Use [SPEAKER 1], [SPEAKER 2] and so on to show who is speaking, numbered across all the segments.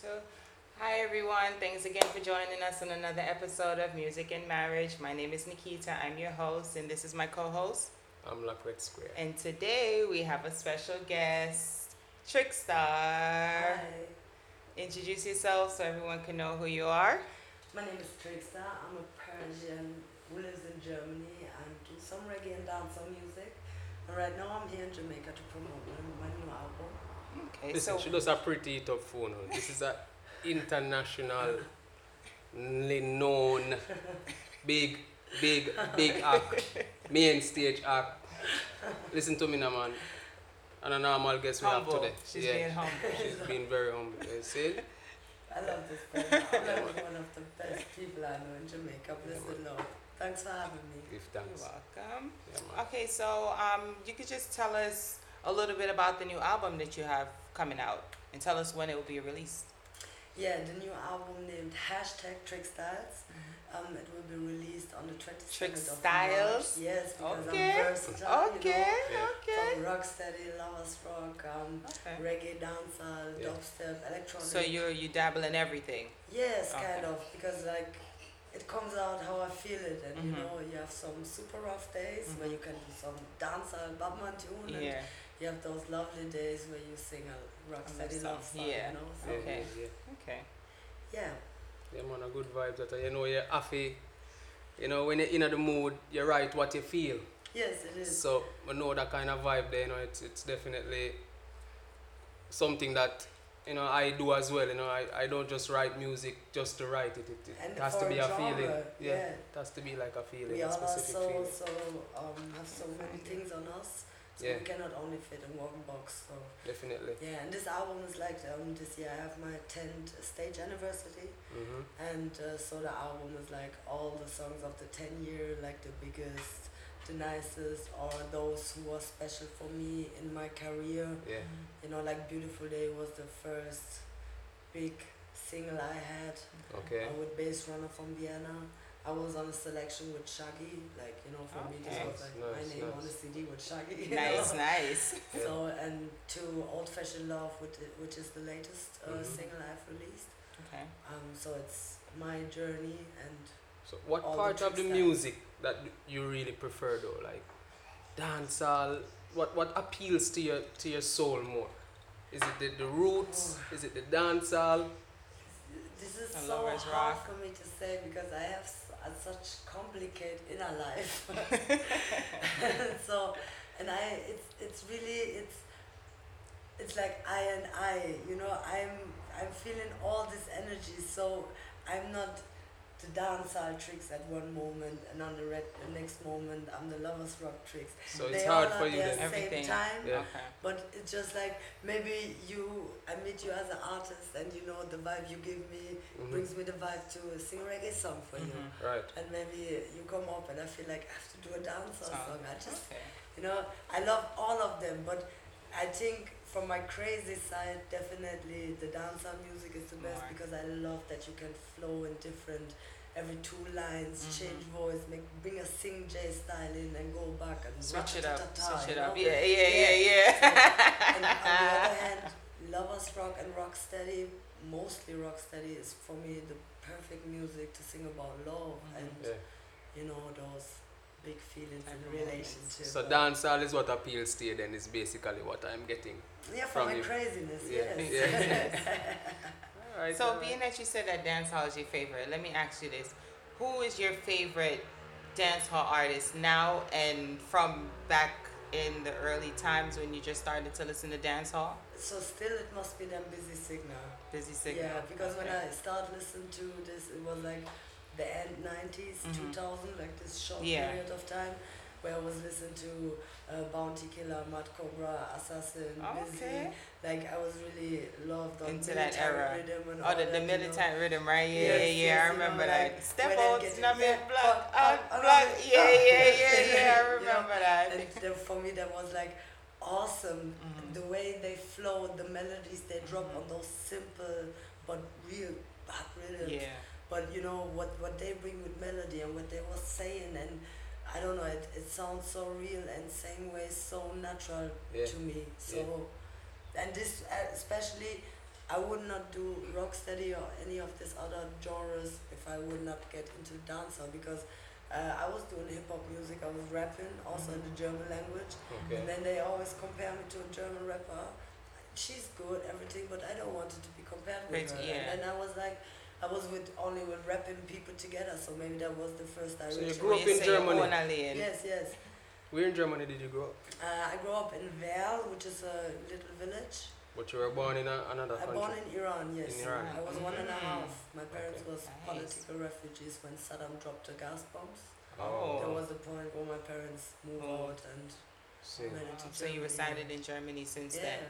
[SPEAKER 1] Two. Hi, everyone. Thanks again for joining us on another episode of Music and Marriage. My name is Nikita. I'm your host, and this is my co host.
[SPEAKER 2] I'm Lafayette Square.
[SPEAKER 1] And today we have a special guest, Trickstar. Introduce yourself so everyone can know who you are.
[SPEAKER 3] My name is Trickster. I'm a Persian who lives in Germany. I do some reggae and dancehall music. And right now I'm here in Jamaica to promote my, my new album.
[SPEAKER 1] Okay,
[SPEAKER 2] Listen,
[SPEAKER 1] so
[SPEAKER 2] she does a pretty top phone. oh. This is an international known big, big, big act, main stage act. Listen to me now, man. And a normal guest we
[SPEAKER 1] humble.
[SPEAKER 2] have today.
[SPEAKER 1] She's
[SPEAKER 2] yeah,
[SPEAKER 1] being humble.
[SPEAKER 2] she's been very humble. You see?
[SPEAKER 3] I love this place. I'm like one of the best people I know in Jamaica. Bless the Lord. Thanks for having me.
[SPEAKER 2] Give
[SPEAKER 1] You're
[SPEAKER 2] thanks.
[SPEAKER 1] welcome.
[SPEAKER 2] Yeah, man.
[SPEAKER 1] Okay, so um, you could just tell us a little bit about the new album that you have coming out and tell us when it will be released.
[SPEAKER 3] Yeah, the new album named Hashtag Trickstyles.
[SPEAKER 1] Mm-hmm.
[SPEAKER 3] Um, it will be released on the 27th
[SPEAKER 1] Trickstyles?
[SPEAKER 3] of March. Yes, because
[SPEAKER 1] Okay.
[SPEAKER 3] I'm versatile.
[SPEAKER 1] Okay,
[SPEAKER 2] Yeah.
[SPEAKER 3] You know,
[SPEAKER 1] okay.
[SPEAKER 3] from rocksteady, lovers rock, um,
[SPEAKER 1] Okay.
[SPEAKER 3] reggae, dancehall,
[SPEAKER 2] Yeah.
[SPEAKER 3] dubstep, electronic.
[SPEAKER 1] So you you dabble in everything.
[SPEAKER 3] Yes,
[SPEAKER 1] Okay.
[SPEAKER 3] kind of, because like it comes out how I feel it, and
[SPEAKER 1] Mhm.
[SPEAKER 2] Mm-hmm.
[SPEAKER 3] you know, you have some super rough days where you can do some dancehall, Batman tune, and
[SPEAKER 1] Yeah.
[SPEAKER 3] you have those lovely days where you sing a rock
[SPEAKER 1] love
[SPEAKER 3] steady love
[SPEAKER 1] song,
[SPEAKER 3] song,
[SPEAKER 1] yeah.
[SPEAKER 3] you know. So,
[SPEAKER 2] Yeah,
[SPEAKER 1] Okay.
[SPEAKER 2] yeah, yeah.
[SPEAKER 1] Okay.
[SPEAKER 3] yeah,
[SPEAKER 2] Yeah, man, a good vibe. That, uh, you know, you're happy. You know, when you're in the mood, you write what you feel.
[SPEAKER 3] yes, it is.
[SPEAKER 2] So I know that kind of vibe there, you know, it's, it's definitely something that, you know, I do as well. You know, I, I don't just write music just to write it. It,
[SPEAKER 3] And
[SPEAKER 2] it has to
[SPEAKER 3] for
[SPEAKER 2] be a
[SPEAKER 3] genre,
[SPEAKER 2] feeling. Yeah,
[SPEAKER 3] yeah.
[SPEAKER 2] It has to be like a feeling,
[SPEAKER 3] we
[SPEAKER 2] a
[SPEAKER 3] all are
[SPEAKER 2] specific
[SPEAKER 3] so
[SPEAKER 2] feeling.
[SPEAKER 3] so um have so many things on us, so
[SPEAKER 2] Yeah.
[SPEAKER 3] we cannot only fit in one box. So
[SPEAKER 2] Definitely.
[SPEAKER 3] yeah, and this album is like um this year I have my tenth stage anniversary.
[SPEAKER 2] Mm-hmm.
[SPEAKER 3] And uh, so the album is like all the songs of the 10 year, like the biggest, the nicest, or those who were special for me in my career.
[SPEAKER 2] Yeah.
[SPEAKER 3] You know, like Beautiful Day was the first big single I had
[SPEAKER 2] Okay.
[SPEAKER 3] uh, with Bass Runner from Vienna. I was on a selection with Shaggy, like, you know, for me, this
[SPEAKER 1] Okay.
[SPEAKER 3] was like my
[SPEAKER 2] Nice,
[SPEAKER 3] name on a
[SPEAKER 2] nice.
[SPEAKER 3] CD with Shaggy. you know?
[SPEAKER 1] Nice, nice.
[SPEAKER 2] Yeah.
[SPEAKER 3] So, and to Old Fashioned Love, which i- which is the latest uh,
[SPEAKER 2] Mhm.
[SPEAKER 3] single I've released.
[SPEAKER 1] Okay.
[SPEAKER 3] Um, so it's my journey and
[SPEAKER 2] So what
[SPEAKER 3] all the
[SPEAKER 2] part of
[SPEAKER 3] tricks
[SPEAKER 2] the
[SPEAKER 3] that-
[SPEAKER 2] music that you really prefer though? Like dancehall? What what appeals to your to your soul more? Is it the, the roots?
[SPEAKER 3] Oh.
[SPEAKER 2] Is it the dancehall?
[SPEAKER 3] This is
[SPEAKER 1] I
[SPEAKER 3] so
[SPEAKER 1] love
[SPEAKER 3] hard
[SPEAKER 1] Red Rock.
[SPEAKER 3] for me to say because I have s- uh, such complicated inner life. so, and I, it's it's really it's it's like I and I. You know, I'm I'm feeling all this energy. So I'm not the dancehall tricks at one moment, and on the, red, the next moment I'm the lovers rock tricks.
[SPEAKER 2] So it's
[SPEAKER 3] they
[SPEAKER 2] hard
[SPEAKER 3] all are
[SPEAKER 2] for you
[SPEAKER 3] there
[SPEAKER 2] then.
[SPEAKER 3] at the
[SPEAKER 1] Everything.
[SPEAKER 3] same time.
[SPEAKER 2] Yeah.
[SPEAKER 1] Okay.
[SPEAKER 3] But it's just like maybe you, I meet you as an artist, and you know the vibe you give me
[SPEAKER 1] Mm-hmm.
[SPEAKER 2] Mhm.
[SPEAKER 3] brings me the vibe to sing a reggae song for you.
[SPEAKER 1] Mhm.
[SPEAKER 2] Right.
[SPEAKER 3] And maybe you come up, and I feel like I have to do a dance or
[SPEAKER 1] Song.
[SPEAKER 3] song. I just,
[SPEAKER 1] Okay.
[SPEAKER 3] you know, I love all of them, but I think from my crazy side, definitely the dancer music is the best
[SPEAKER 1] More.
[SPEAKER 3] because I love that you can flow in different. Every two lines,
[SPEAKER 1] Mm-hmm.
[SPEAKER 3] change voice, make bring a sing J style in, and go back and
[SPEAKER 1] Switch it up.
[SPEAKER 3] ra-ta-ta-ta,
[SPEAKER 1] Switch it
[SPEAKER 3] you
[SPEAKER 1] up.
[SPEAKER 3] know?
[SPEAKER 1] Yeah, yeah, yeah, yeah.
[SPEAKER 3] and on the other hand, lovers rock and rocksteady, mostly rocksteady, is for me the perfect music to sing about love
[SPEAKER 1] Mhm.
[SPEAKER 3] and
[SPEAKER 2] Yeah.
[SPEAKER 3] you know those big feelings
[SPEAKER 1] Every
[SPEAKER 3] in
[SPEAKER 1] moment.
[SPEAKER 3] relationships.
[SPEAKER 2] So dancehall is what appeals to you then is basically what I'm getting.
[SPEAKER 3] yeah, for
[SPEAKER 2] from
[SPEAKER 3] my
[SPEAKER 2] you.
[SPEAKER 3] craziness,
[SPEAKER 2] Yeah.
[SPEAKER 3] yes.
[SPEAKER 2] Alright.
[SPEAKER 1] So being that you said that dancehall is your favorite, let me ask you this: Who is your favorite dancehall artist now and from back in the early times when you just started to listen to dancehall?
[SPEAKER 3] So still, it must be them busy signal.
[SPEAKER 1] Busy signal.
[SPEAKER 3] Yeah, because when
[SPEAKER 1] Okay.
[SPEAKER 3] I started listening to this, it was like the end 90s,
[SPEAKER 2] Mm-hmm.
[SPEAKER 1] Mhm.
[SPEAKER 3] 2000, like this short
[SPEAKER 1] Yeah.
[SPEAKER 3] period of time where I was listening to uh, Bounty Killer, Mad Cobra, Assassin,
[SPEAKER 1] Oh, Okay.
[SPEAKER 3] Busy. Like, I was really loved on
[SPEAKER 1] Into that
[SPEAKER 3] military
[SPEAKER 1] era.
[SPEAKER 3] rhythm and
[SPEAKER 1] Oh, the,
[SPEAKER 3] all that,
[SPEAKER 1] the
[SPEAKER 3] you know.
[SPEAKER 1] militant rhythm, right? Yeah,
[SPEAKER 3] Yes,
[SPEAKER 1] yeah,
[SPEAKER 3] yes,
[SPEAKER 1] yeah. I
[SPEAKER 3] you
[SPEAKER 1] remember
[SPEAKER 3] know,
[SPEAKER 1] that.
[SPEAKER 3] like,
[SPEAKER 1] Step
[SPEAKER 3] when I
[SPEAKER 1] on,
[SPEAKER 3] get-
[SPEAKER 1] snub
[SPEAKER 3] yeah,
[SPEAKER 1] it, block,
[SPEAKER 3] fuck,
[SPEAKER 1] out,
[SPEAKER 3] I- I
[SPEAKER 1] block.
[SPEAKER 3] love it.
[SPEAKER 1] Yeah, yeah, yeah, yeah. I
[SPEAKER 3] You know,
[SPEAKER 1] remember that.
[SPEAKER 3] And then for me, that was like awesome.
[SPEAKER 1] Mhm.
[SPEAKER 3] The way they flow, the melodies they drop
[SPEAKER 1] Mhm.
[SPEAKER 3] on those simple but real bad rhythms
[SPEAKER 1] Yeah.
[SPEAKER 3] but you know what what they bring with melody and what they were saying and i don't know it, it sounds so real and same way so natural
[SPEAKER 2] Yeah.
[SPEAKER 3] to me so and this uh, especially I would not do rocksteady or any of these other genres if I would not get into dancehall because uh, I was doing hip hop music, I was rapping also in the German language,
[SPEAKER 2] Okay.
[SPEAKER 3] and then they always compare me to a German rapper. She's good, everything, but I don't want it to be compared with
[SPEAKER 1] Right,
[SPEAKER 3] her.
[SPEAKER 1] yeah.
[SPEAKER 3] And then I was like, I was with only with rapping people together, so maybe that was the first
[SPEAKER 2] you
[SPEAKER 3] direction.
[SPEAKER 2] grew up
[SPEAKER 1] When you
[SPEAKER 2] in
[SPEAKER 1] say your
[SPEAKER 2] Germany.
[SPEAKER 1] own alien.
[SPEAKER 3] Yes, yes.
[SPEAKER 2] Where in Germany did you grow up?
[SPEAKER 3] Uh, I grew up in Werl, which is a little village.
[SPEAKER 2] But you were born in a, another
[SPEAKER 3] I
[SPEAKER 2] country.
[SPEAKER 3] born in Iran, yes.
[SPEAKER 2] In Iran.
[SPEAKER 3] I was one and a
[SPEAKER 1] Mm.
[SPEAKER 3] half. My parents
[SPEAKER 2] Okay.
[SPEAKER 3] was
[SPEAKER 1] Nice.
[SPEAKER 3] political refugees when Saddam dropped the gas bombs.
[SPEAKER 1] Oh.
[SPEAKER 3] There was a point where my parents moved
[SPEAKER 1] Oh.
[SPEAKER 3] out and
[SPEAKER 2] See.
[SPEAKER 1] Wow,
[SPEAKER 3] went into
[SPEAKER 1] So you
[SPEAKER 3] Germany.
[SPEAKER 1] resided in Germany since
[SPEAKER 3] yeah.
[SPEAKER 1] then.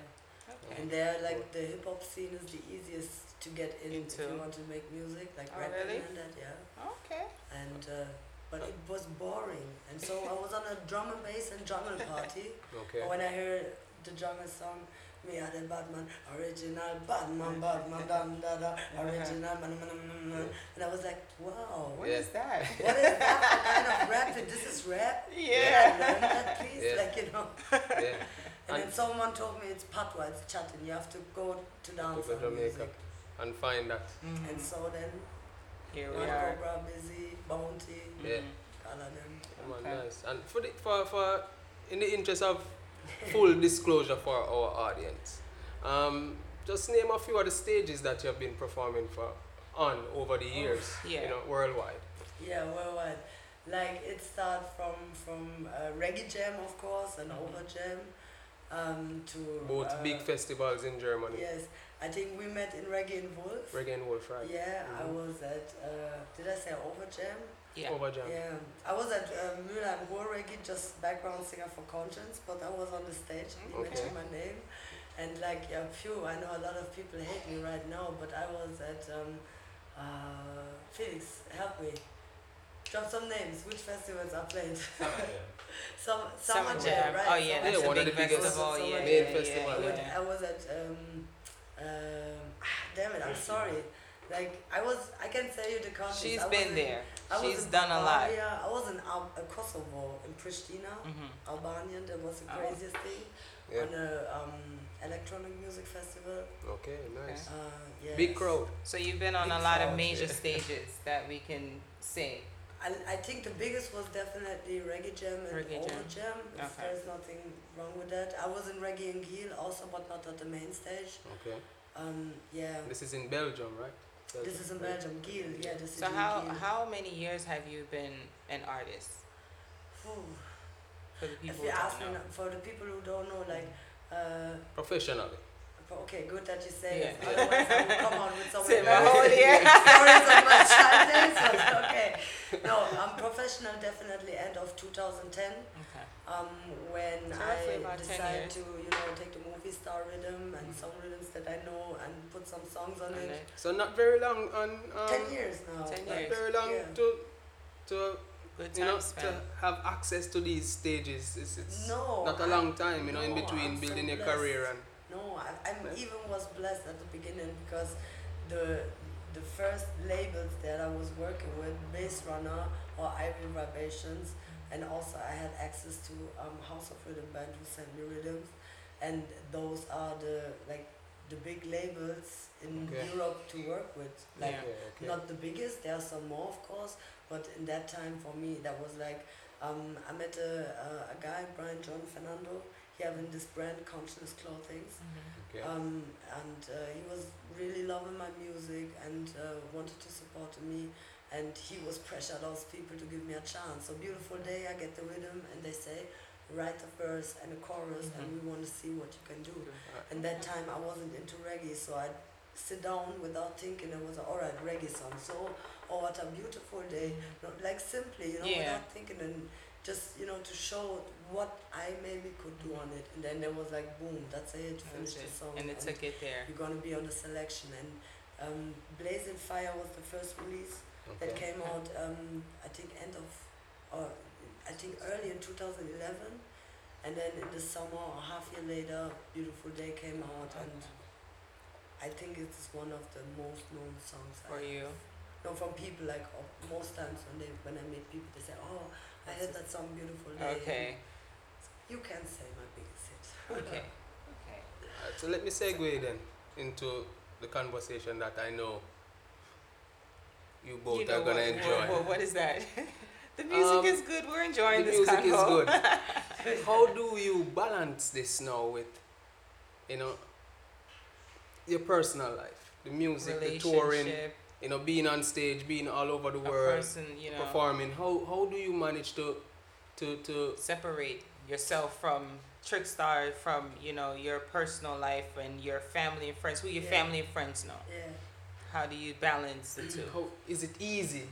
[SPEAKER 3] And
[SPEAKER 1] Okay.
[SPEAKER 3] there, like the hip hop scene is the easiest to get in if
[SPEAKER 1] Into.
[SPEAKER 3] you want to make music, like
[SPEAKER 1] Oh,
[SPEAKER 3] rapping
[SPEAKER 1] really?
[SPEAKER 3] and that, yeah.
[SPEAKER 1] Okay.
[SPEAKER 3] And uh, but it was boring, and so I was on a drum and bass and jungle party.
[SPEAKER 2] Okay.
[SPEAKER 3] When I heard the jungle song, me had a Batman, original Batman, Batman, da da da,
[SPEAKER 1] Uh-huh.
[SPEAKER 3] original, man, man, man, man. and I was like, wow,
[SPEAKER 1] What is that?
[SPEAKER 3] what is that for kind of rap? And this is rap?
[SPEAKER 1] Yeah.
[SPEAKER 3] Can I learn that, please?
[SPEAKER 2] Yeah.
[SPEAKER 3] Like, you know.
[SPEAKER 2] yeah.
[SPEAKER 3] And then
[SPEAKER 2] And-
[SPEAKER 3] someone told me it's patwa, it's chatting, you have to go to dance.
[SPEAKER 2] Go to
[SPEAKER 3] and
[SPEAKER 2] Jamaica
[SPEAKER 3] music.
[SPEAKER 2] and find that.
[SPEAKER 1] Mhm.
[SPEAKER 3] And so then,
[SPEAKER 1] Here we
[SPEAKER 3] One
[SPEAKER 1] are.
[SPEAKER 3] Cobra, Busy, Bounty,
[SPEAKER 2] Yeah.
[SPEAKER 1] Mhm.
[SPEAKER 3] all of them.
[SPEAKER 2] Come on,
[SPEAKER 1] Okay.
[SPEAKER 2] nice. And for, the, for for in the interest of full disclosure for our audience, um, just name a few of the stages that you have been performing for on over the years.
[SPEAKER 1] yeah.
[SPEAKER 2] You know, worldwide.
[SPEAKER 3] Yeah, well, well. Like it started from from uh, reggae jam, of course, and
[SPEAKER 1] Mhm.
[SPEAKER 3] over jam, um, to
[SPEAKER 2] Both
[SPEAKER 3] uh,
[SPEAKER 2] big festivals in Germany.
[SPEAKER 3] Yes, I think we met in reggae and Wolf.
[SPEAKER 2] Reggae and Wolf, right?
[SPEAKER 3] Yeah,
[SPEAKER 2] Mhm.
[SPEAKER 3] I was at. Uh, did I say over jam?
[SPEAKER 1] Yeah.
[SPEAKER 2] Over jam.
[SPEAKER 3] Yeah, I was at uh, Müller and Ruhrreggae, just background singer for Conscience, but I was on the stage, you
[SPEAKER 2] Okay.
[SPEAKER 3] mentioned my name. And like, yeah, phew, I know a lot of people hate me right now, but I was at, um, uh, Felix, help me. Drop some names, which festivals I played. some, Summer,
[SPEAKER 1] Summer
[SPEAKER 3] Jam,
[SPEAKER 1] Jam.
[SPEAKER 3] right?
[SPEAKER 1] Oh yeah,
[SPEAKER 3] Summer
[SPEAKER 1] that's
[SPEAKER 2] Yeah,
[SPEAKER 1] a
[SPEAKER 2] one of
[SPEAKER 1] big
[SPEAKER 2] the biggest
[SPEAKER 1] festival. Yeah,
[SPEAKER 3] main
[SPEAKER 1] yeah, yeah,
[SPEAKER 2] festival,
[SPEAKER 3] I
[SPEAKER 1] yeah.
[SPEAKER 3] would- I was at um, um, ah, damn it, I'm sorry. Like I was, I can tell you the countries.
[SPEAKER 1] She's
[SPEAKER 3] I was
[SPEAKER 1] been
[SPEAKER 3] in-
[SPEAKER 1] there.
[SPEAKER 3] I Oh, was
[SPEAKER 1] She's
[SPEAKER 3] in
[SPEAKER 1] done a lot.
[SPEAKER 3] Bulgaria, I was in Al- uh, Kosovo, in Pristina,
[SPEAKER 1] Mhm.
[SPEAKER 3] Albania. That was the
[SPEAKER 1] Oh.
[SPEAKER 3] craziest thing
[SPEAKER 2] Yeah.
[SPEAKER 3] on a um, electronic music festival.
[SPEAKER 2] Okay, nice.
[SPEAKER 3] Uh, yes.
[SPEAKER 2] Big crowd.
[SPEAKER 1] So you've been on a
[SPEAKER 3] Big
[SPEAKER 1] lot of
[SPEAKER 3] crowd,
[SPEAKER 1] major
[SPEAKER 2] yeah.
[SPEAKER 1] stages that we can say.
[SPEAKER 3] I, I think the biggest was definitely Reggae Jam and
[SPEAKER 1] Reggae
[SPEAKER 3] Old
[SPEAKER 1] Jam.
[SPEAKER 3] Jam. If
[SPEAKER 1] Okay.
[SPEAKER 3] There's nothing wrong with that. I was in Reggae and Giel also, but not at the main stage.
[SPEAKER 2] Okay.
[SPEAKER 3] Um, yeah.
[SPEAKER 2] This is in Belgium, right?
[SPEAKER 3] This is in Belgium, Giel. Yeah, this is
[SPEAKER 1] So
[SPEAKER 3] in
[SPEAKER 1] how
[SPEAKER 3] Giel.
[SPEAKER 1] how many years have you been an artist?
[SPEAKER 3] Phew.
[SPEAKER 1] For the people
[SPEAKER 3] If
[SPEAKER 1] who
[SPEAKER 3] you
[SPEAKER 1] don't
[SPEAKER 3] ask me
[SPEAKER 1] know.
[SPEAKER 3] now- for the people who don't know, like, uh,
[SPEAKER 2] Professionally.
[SPEAKER 3] okay, good that you say it.
[SPEAKER 1] Yeah.
[SPEAKER 3] Otherwise, I would come on with some
[SPEAKER 1] Say,
[SPEAKER 3] stories
[SPEAKER 1] "My whole year."
[SPEAKER 3] on my child days, but okay. No, I'm professional definitely end of 2010
[SPEAKER 1] Okay.
[SPEAKER 3] um, when
[SPEAKER 1] So roughly
[SPEAKER 3] I
[SPEAKER 1] about 10
[SPEAKER 3] decided
[SPEAKER 1] years. Mm-hmm.
[SPEAKER 3] to, you know, take the movie star rhythm and some rhythms that I know and put some songs on
[SPEAKER 1] And
[SPEAKER 3] it.
[SPEAKER 1] then
[SPEAKER 2] So not very long on um,
[SPEAKER 3] 10 years now.
[SPEAKER 1] 10
[SPEAKER 3] but-
[SPEAKER 2] not
[SPEAKER 1] years.
[SPEAKER 2] very long
[SPEAKER 3] Yeah.
[SPEAKER 2] to to
[SPEAKER 1] good
[SPEAKER 2] you know,
[SPEAKER 1] time
[SPEAKER 2] to
[SPEAKER 1] spent.
[SPEAKER 2] have access to these stages, it's, it's
[SPEAKER 3] No,
[SPEAKER 2] not a
[SPEAKER 3] I-
[SPEAKER 2] long time, you know, in
[SPEAKER 3] no,
[SPEAKER 2] between
[SPEAKER 3] I'm so
[SPEAKER 2] building your
[SPEAKER 3] blessed.
[SPEAKER 2] career and
[SPEAKER 3] No, I, I
[SPEAKER 2] Yeah.
[SPEAKER 3] even was blessed at the beginning because the the first labels that I was working with, Bass Runner or Ivy Vibrations, and also I had access to um, House of Rhythm Band who sent me rhythms, and those are the like the big labels in
[SPEAKER 2] Okay.
[SPEAKER 3] Europe to work with. Like
[SPEAKER 1] Yeah.
[SPEAKER 2] okay.
[SPEAKER 3] not the biggest. There are some more, of course, but in that time for me, that was like um, I met a, a, a guy, Brian John Fernando. He having this brand Conscious Clothings,
[SPEAKER 1] Mhm.
[SPEAKER 2] okay.
[SPEAKER 3] um, and uh, he was really loving my music and uh, wanted to support me. And he was pressured those people to give me a chance. So beautiful day, I get the rhythm, and they say, write a verse and a chorus, and we want to see what you can do. And that time I wasn't into reggae, so I'd sit down without thinking it was all right reggae song. So, oh, what a beautiful day. No, like simply, you know,
[SPEAKER 1] Yeah.
[SPEAKER 3] without thinking and just, you know, to show what I maybe could do on it. And then there was like, boom, that's it,
[SPEAKER 1] That's
[SPEAKER 3] finish the
[SPEAKER 1] it.
[SPEAKER 3] song.
[SPEAKER 1] And it took it there.
[SPEAKER 3] you're going to be on the selection. And um, Blazing Fire was the first release that
[SPEAKER 2] okay.
[SPEAKER 3] came out, um, I think, end of, or I think early in 2011. And then in the summer, or half year later, Beautiful Day came out, and I think it is one of the most known songs.
[SPEAKER 1] For
[SPEAKER 3] I
[SPEAKER 1] you.
[SPEAKER 3] know from people, like of- most times when they when I meet people, they say, "Oh, I heard that song, Beautiful Day."
[SPEAKER 1] Okay.
[SPEAKER 3] You can say my biggest hit.
[SPEAKER 1] Okay. Okay.
[SPEAKER 2] Alright, so let me segue then into the conversation that I know you both
[SPEAKER 1] You
[SPEAKER 2] are
[SPEAKER 1] know
[SPEAKER 2] gonna
[SPEAKER 1] what-
[SPEAKER 2] enjoy.
[SPEAKER 1] what- what- what is that? the music
[SPEAKER 2] Um,
[SPEAKER 1] is good. We're enjoying
[SPEAKER 2] the
[SPEAKER 1] this
[SPEAKER 2] music is
[SPEAKER 1] convo.
[SPEAKER 2] good. How do you balance this now with, you know, your personal life, the music, the touring,
[SPEAKER 1] Relationship,
[SPEAKER 2] you know, being on stage, being all over the
[SPEAKER 1] a
[SPEAKER 2] world,
[SPEAKER 1] person, you know,
[SPEAKER 2] performing. How how do you manage to, to to
[SPEAKER 1] separate yourself from Trickstar, from you know your personal life and your family and friends. Who your
[SPEAKER 3] Yeah.
[SPEAKER 1] family and friends know?
[SPEAKER 3] Yeah.
[SPEAKER 1] How do you balance the two?
[SPEAKER 2] how is it easy?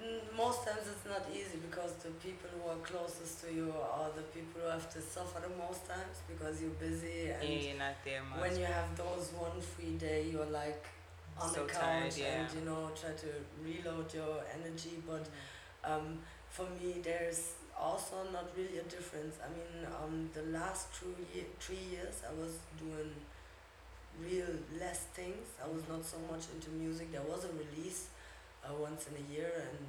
[SPEAKER 3] Mm, Most times it's not easy because the people who are closest to you are the people who have to suffer the most times because you're busy and
[SPEAKER 1] Yeah, you're not there much.
[SPEAKER 3] when you have those one free day you're like on
[SPEAKER 1] So
[SPEAKER 3] the couch
[SPEAKER 1] tired, yeah.
[SPEAKER 3] and you know try to reload your energy but um, for me there's also not really a difference i mean um, the last two ye- three years i was doing real less things i was not so much into music there was a release uh, once in a year and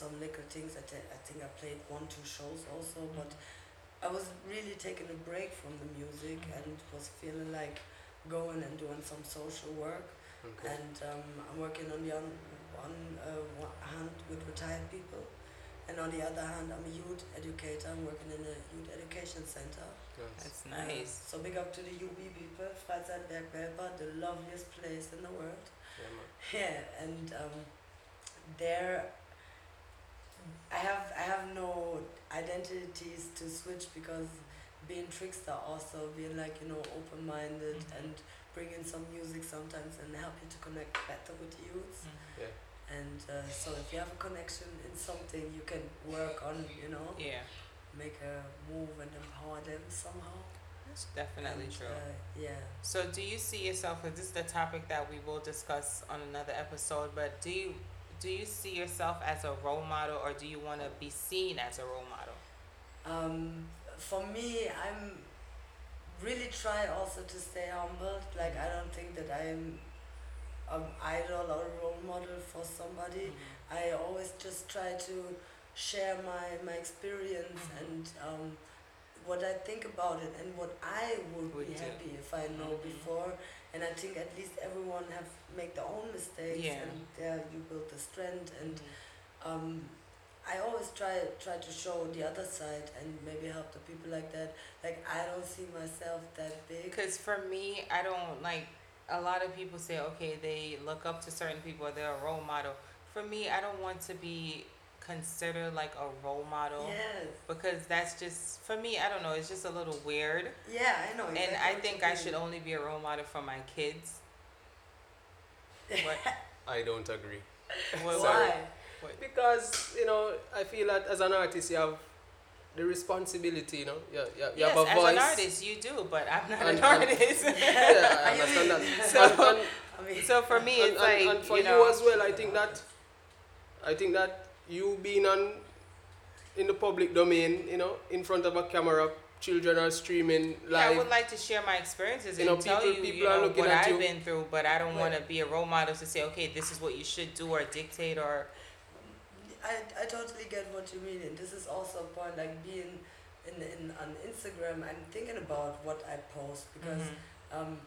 [SPEAKER 3] some little things I, thi- I think i played one two shows also but i was really taking a break from the music and was feeling like going and doing some social work
[SPEAKER 2] Okay.
[SPEAKER 3] and um, I'm working on the on, on uh, one hand with retired people, and on the other hand, I'm a youth educator. I'm working in a youth education center.
[SPEAKER 2] Yes.
[SPEAKER 1] That's
[SPEAKER 3] Uh,
[SPEAKER 1] nice.
[SPEAKER 3] so big up to the UB people, Freizeitbergwerper, the loveliest place in the world.
[SPEAKER 2] Yeah, man.
[SPEAKER 3] Yeah, and um, there, I have I have no identities to switch because being trickster also being like you know open minded
[SPEAKER 1] Mhm.
[SPEAKER 3] and bringing some music sometimes and help you to connect better with the youths. And uh, so if you have a connection in something, you can work on you know
[SPEAKER 1] Yeah,
[SPEAKER 3] make a move and empower them somehow.
[SPEAKER 1] that's definitely
[SPEAKER 3] And,
[SPEAKER 1] true.
[SPEAKER 3] Uh, yeah.
[SPEAKER 1] So, do you see yourself? Because this is the topic that we will discuss on another episode. But do you do you see yourself as a role model, or do you want to be seen as a role model?
[SPEAKER 3] um, for me, I'm really try also to stay humble. Like I don't think that I'm an idol or role model for somebody. I always just try to share my my experience
[SPEAKER 1] Mhm.
[SPEAKER 3] and um, what I think about it and what I would,
[SPEAKER 1] Would
[SPEAKER 3] be
[SPEAKER 1] do.
[SPEAKER 3] happy if I know
[SPEAKER 1] Mhm.
[SPEAKER 3] before. And I think at least everyone have make their own mistakes
[SPEAKER 1] Yeah.
[SPEAKER 3] and there you build the strength and
[SPEAKER 1] Mm-hmm.
[SPEAKER 3] um, I always try try to show the other side and maybe help the people like that. Like I don't see myself that big.
[SPEAKER 1] Because for me, I don't like a lot of people say, okay, they look up to certain people, they're a role model. For me, I don't want to be considered like a role model
[SPEAKER 3] Yes.
[SPEAKER 1] because that's just, for me, I don't know, it's just a little weird.
[SPEAKER 3] Yeah, I know.
[SPEAKER 1] And
[SPEAKER 3] exactly
[SPEAKER 1] I
[SPEAKER 3] what
[SPEAKER 1] think
[SPEAKER 3] you
[SPEAKER 1] I
[SPEAKER 3] mean.
[SPEAKER 1] should only be a role model for my kids. What?
[SPEAKER 2] I don't agree.
[SPEAKER 1] what-
[SPEAKER 2] Sorry.
[SPEAKER 3] Why?
[SPEAKER 2] Because you know, I feel that as an artist, you have the responsibility. You know, you, you, you
[SPEAKER 1] Yes,
[SPEAKER 2] have a
[SPEAKER 1] as
[SPEAKER 2] voice.
[SPEAKER 1] an artist, you do, but I'm not
[SPEAKER 2] And-
[SPEAKER 1] an
[SPEAKER 2] and-
[SPEAKER 1] artist.
[SPEAKER 2] yeah, I understand that.
[SPEAKER 1] So-
[SPEAKER 2] And- and-
[SPEAKER 3] I mean,
[SPEAKER 1] so for me,
[SPEAKER 2] and,
[SPEAKER 1] it's
[SPEAKER 2] and-
[SPEAKER 1] like
[SPEAKER 2] and for
[SPEAKER 1] you
[SPEAKER 2] you,
[SPEAKER 1] know,
[SPEAKER 2] as well. I think that, I think that you being on, in the public domain, you know, in front of a camera, children are streaming
[SPEAKER 1] Yeah, I
[SPEAKER 2] live.
[SPEAKER 1] would like to share my experiences
[SPEAKER 2] You
[SPEAKER 1] and
[SPEAKER 2] know,
[SPEAKER 1] tell you,
[SPEAKER 2] people-
[SPEAKER 1] you
[SPEAKER 2] people are
[SPEAKER 1] know,
[SPEAKER 2] looking
[SPEAKER 1] what
[SPEAKER 2] at
[SPEAKER 1] I've
[SPEAKER 2] you.
[SPEAKER 1] been through, but I don't
[SPEAKER 3] Right.
[SPEAKER 1] want to be a role model to say, okay, this is what you should do or dictate or
[SPEAKER 3] I, I totally get what you mean, and this is also a point. Like being in, in on Instagram, I'm thinking about what I post because
[SPEAKER 1] Mm-hmm.
[SPEAKER 3] um,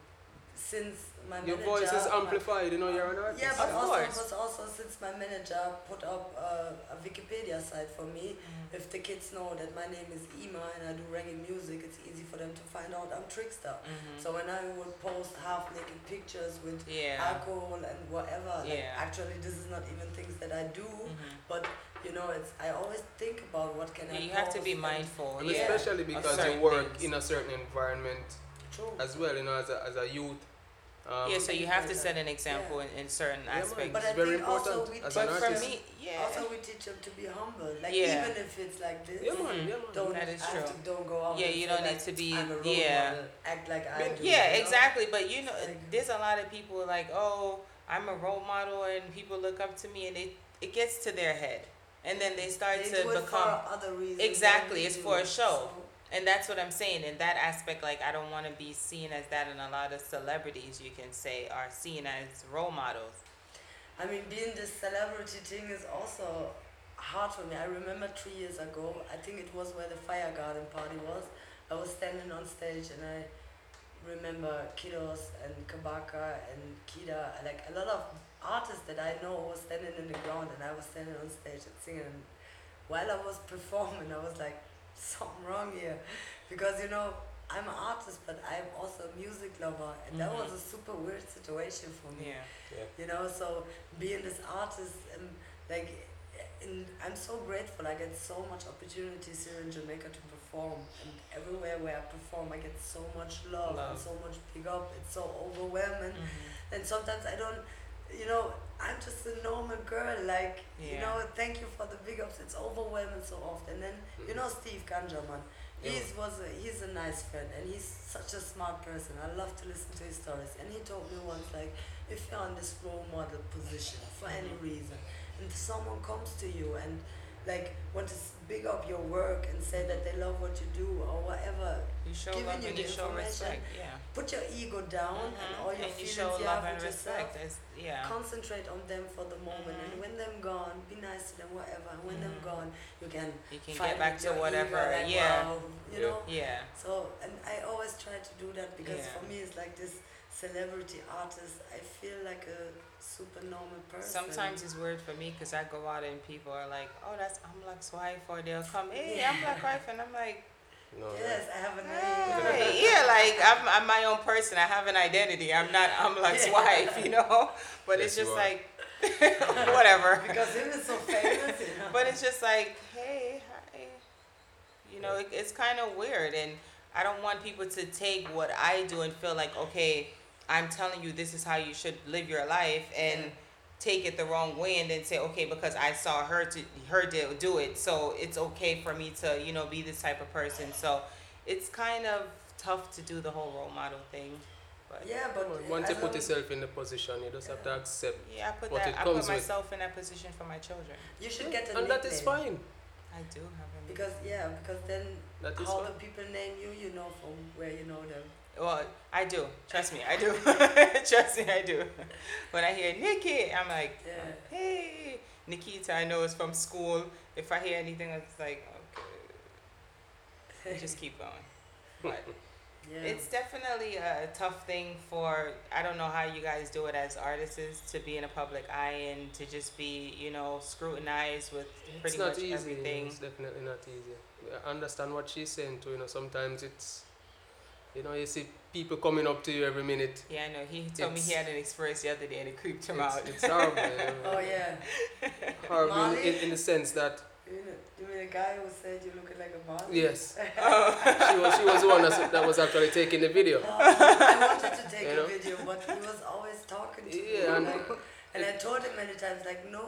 [SPEAKER 3] since my
[SPEAKER 2] Your
[SPEAKER 3] manager,
[SPEAKER 2] voice is
[SPEAKER 3] my-
[SPEAKER 2] amplified. You know, you're an artist.
[SPEAKER 3] Yeah, but
[SPEAKER 1] Of
[SPEAKER 3] also,
[SPEAKER 1] course.
[SPEAKER 3] but also since my manager put up uh, a Wikipedia site for me,
[SPEAKER 1] mm-hmm.
[SPEAKER 3] If the kids know that my name is Ima and I do reggae music, it's easy for them to find out I'm Trickster.
[SPEAKER 1] Mhm.
[SPEAKER 3] mm-hmm. So when I would post half naked pictures with
[SPEAKER 1] yeah.
[SPEAKER 3] alcohol and whatever, like
[SPEAKER 1] Yeah.
[SPEAKER 3] actually this is not even things that I do,
[SPEAKER 1] Mhm.
[SPEAKER 3] but you know, it's I always think about what can
[SPEAKER 1] Yeah,
[SPEAKER 3] I.
[SPEAKER 1] you have to
[SPEAKER 3] post
[SPEAKER 1] be
[SPEAKER 3] and-
[SPEAKER 1] mindful.
[SPEAKER 2] And
[SPEAKER 1] Yeah.
[SPEAKER 2] especially because you
[SPEAKER 1] certain
[SPEAKER 2] work
[SPEAKER 1] things.
[SPEAKER 2] in a certain environment
[SPEAKER 3] True.
[SPEAKER 2] as well. You know, as a, as a youth. Um,
[SPEAKER 1] yeah, so you have to set an example in, in certain
[SPEAKER 2] Yeah, man.
[SPEAKER 1] aspects.
[SPEAKER 3] But
[SPEAKER 2] It's
[SPEAKER 3] I
[SPEAKER 2] very
[SPEAKER 3] think also
[SPEAKER 2] important
[SPEAKER 3] we
[SPEAKER 2] as
[SPEAKER 1] But
[SPEAKER 2] an
[SPEAKER 3] teach
[SPEAKER 1] for
[SPEAKER 2] artist.
[SPEAKER 3] them-
[SPEAKER 1] me, yeah.
[SPEAKER 3] Also, we teach them to be humble. Like
[SPEAKER 1] Yeah.
[SPEAKER 3] even if it's like this.
[SPEAKER 2] Yeah, man,
[SPEAKER 1] Mhm.
[SPEAKER 2] yeah, man.
[SPEAKER 3] Don't
[SPEAKER 1] That is
[SPEAKER 3] have
[SPEAKER 1] true.
[SPEAKER 3] to- don't go out.
[SPEAKER 1] Yeah,
[SPEAKER 3] and
[SPEAKER 1] you
[SPEAKER 3] say,
[SPEAKER 1] don't
[SPEAKER 3] like,
[SPEAKER 1] need to be-
[SPEAKER 3] I'm a role
[SPEAKER 1] yeah.
[SPEAKER 3] model. Act like I
[SPEAKER 2] But-
[SPEAKER 3] do.
[SPEAKER 1] yeah,
[SPEAKER 3] you know?
[SPEAKER 1] exactly. But you know,
[SPEAKER 3] Like-
[SPEAKER 1] there's a lot of people like, oh, I'm a role model, and people look up to me, and it it gets to their head, and then they start
[SPEAKER 3] They
[SPEAKER 1] to
[SPEAKER 3] do it for
[SPEAKER 1] become.
[SPEAKER 3] other reasons
[SPEAKER 1] Exactly,
[SPEAKER 3] than we
[SPEAKER 1] it's
[SPEAKER 3] do.
[SPEAKER 1] for a show.
[SPEAKER 3] So-
[SPEAKER 1] And that's what I'm saying. In that aspect, like I don't want to be seen as that, and a lot of celebrities you can say are seen as role models.
[SPEAKER 3] I mean, being this celebrity thing is also hard for me. I remember three years ago, I think it was where the fire garden party was. I was standing on stage and I remember Kiddos and Kabaka and Kida, like a lot of artists that I know were standing in the ground and I was standing on stage and singing. And while I was performing, I was like, something wrong here. Because, you know, I'm an artist, but I'm also a music lover. And that was a super weird situation for me.
[SPEAKER 1] Yeah.
[SPEAKER 2] Yeah.
[SPEAKER 3] You know, so being this artist, um, like, and I'm so grateful. I get so much opportunities here in Jamaica to perform, and everywhere where I perform, I get so much love,
[SPEAKER 2] Love.
[SPEAKER 3] and so much big up. It's so overwhelming,
[SPEAKER 1] Mhm.
[SPEAKER 3] and sometimes I don't, you know, I'm just a normal girl. Like, you
[SPEAKER 1] Yeah.
[SPEAKER 3] know, thank you for the big ups. It's overwhelming so often. And then you
[SPEAKER 2] Mhm.
[SPEAKER 3] know Steve Ganja, man.
[SPEAKER 2] Yeah.
[SPEAKER 3] He's was a, he's a nice friend and he's such a smart person. I love to listen to his stories. And he told me once like, if you're in this role model position for
[SPEAKER 1] Mm-hmm.
[SPEAKER 3] any reason, and someone comes to you and like want to s- big up your work and say that they love what you do or whatever,
[SPEAKER 1] You show
[SPEAKER 3] Giving
[SPEAKER 1] love
[SPEAKER 3] you
[SPEAKER 1] and
[SPEAKER 3] the
[SPEAKER 1] you show
[SPEAKER 3] information.
[SPEAKER 1] respect. Yeah.
[SPEAKER 3] put your ego down and
[SPEAKER 1] Mhm.
[SPEAKER 3] all your
[SPEAKER 1] and you
[SPEAKER 3] feelings
[SPEAKER 1] show
[SPEAKER 3] you
[SPEAKER 1] love
[SPEAKER 3] have
[SPEAKER 1] and
[SPEAKER 3] with yourself
[SPEAKER 1] respect. It's, yeah.
[SPEAKER 3] concentrate on them for the moment
[SPEAKER 1] Mhm.
[SPEAKER 3] and when them gone be nice to them whatever and when them
[SPEAKER 1] Mhm.
[SPEAKER 3] gone you can
[SPEAKER 1] you can
[SPEAKER 3] fight
[SPEAKER 1] get back
[SPEAKER 3] with
[SPEAKER 1] to
[SPEAKER 3] your
[SPEAKER 1] whatever.
[SPEAKER 3] ego, like,
[SPEAKER 1] yeah.
[SPEAKER 3] wow, you
[SPEAKER 2] Yeah.
[SPEAKER 3] know
[SPEAKER 1] Yeah.
[SPEAKER 3] so and i always try to do that because
[SPEAKER 1] Yeah.
[SPEAKER 3] for me it's like this celebrity artist i feel like a super normal person
[SPEAKER 1] Sometimes it's weird for me because I go out and people are like, "Oh, that's Amlak's wife," or they'll come, "Hey,
[SPEAKER 3] Yeah.
[SPEAKER 1] Amlak's wife," and I'm like,
[SPEAKER 2] No.
[SPEAKER 3] yes i have a name
[SPEAKER 1] "Hey, yeah, like I'm, I'm my own person. I have an identity. I'm not Amlak's
[SPEAKER 3] Yeah.
[SPEAKER 1] wife, you know." But it's
[SPEAKER 2] Yes,
[SPEAKER 1] just
[SPEAKER 2] you
[SPEAKER 1] like, whatever.
[SPEAKER 3] because him is so famous you know?
[SPEAKER 1] But it's just like, hey, hi. You know, it, it's kind of weird. And I don't want people to take what I do and feel like, okay, I'm telling you this is how you should live your life and
[SPEAKER 3] Yeah.
[SPEAKER 1] take it the wrong way and then say, okay, because I saw her to her do, do it. So it's okay for me to, you know, be this type of person. So it's kind of tough to do the whole role model thing. But
[SPEAKER 3] yeah but
[SPEAKER 2] Once
[SPEAKER 3] I
[SPEAKER 2] you put
[SPEAKER 3] don't-
[SPEAKER 2] yourself in the position, you just have to accept.
[SPEAKER 1] yeah, I put
[SPEAKER 2] What
[SPEAKER 1] that
[SPEAKER 2] it
[SPEAKER 1] I put
[SPEAKER 2] comes with.
[SPEAKER 1] myself in that position for my children.
[SPEAKER 2] uh,
[SPEAKER 3] you should get a
[SPEAKER 2] and that is
[SPEAKER 3] nickname.
[SPEAKER 2] fine.
[SPEAKER 1] I do have a
[SPEAKER 3] because yeah because then
[SPEAKER 2] That is
[SPEAKER 3] how
[SPEAKER 2] fine.
[SPEAKER 3] the people name you you know from where you know them
[SPEAKER 1] Well, I do. Trust me, I do. Trust me, I do. When I hear Nikki, I'm like,
[SPEAKER 3] Yeah.
[SPEAKER 1] hey, Nikita, I know it's from school. If I hear anything, it's like, okay, we just keep going. But
[SPEAKER 3] yeah
[SPEAKER 1] it's definitely a tough thing for, I don't know how you guys do it as artists, is to be in a public eye and to just be, you know, scrutinized with pretty
[SPEAKER 2] it's not
[SPEAKER 1] much
[SPEAKER 2] easy. you know,
[SPEAKER 1] everything.
[SPEAKER 2] It's definitely not easy. I understand what she's saying too. You know, sometimes it's, you know, you see people coming up to you every minute.
[SPEAKER 1] Yeah, I know. He told me he
[SPEAKER 2] It's-
[SPEAKER 1] had an experience the other day and it creeped him
[SPEAKER 2] it's,
[SPEAKER 1] out.
[SPEAKER 2] it's horrible. you know.
[SPEAKER 3] oh yeah
[SPEAKER 2] Horrible in,
[SPEAKER 3] Molly?
[SPEAKER 2] in the sense that
[SPEAKER 3] You mean, you mean the guy who said you looking like a Barbie?
[SPEAKER 2] yes, she was she was the one that, that was actually taking the video.
[SPEAKER 3] Um, I wanted to take
[SPEAKER 2] You know?
[SPEAKER 3] a video, but he was always talking to me.
[SPEAKER 2] Yeah, and-
[SPEAKER 3] like, and I told him many times, like, no,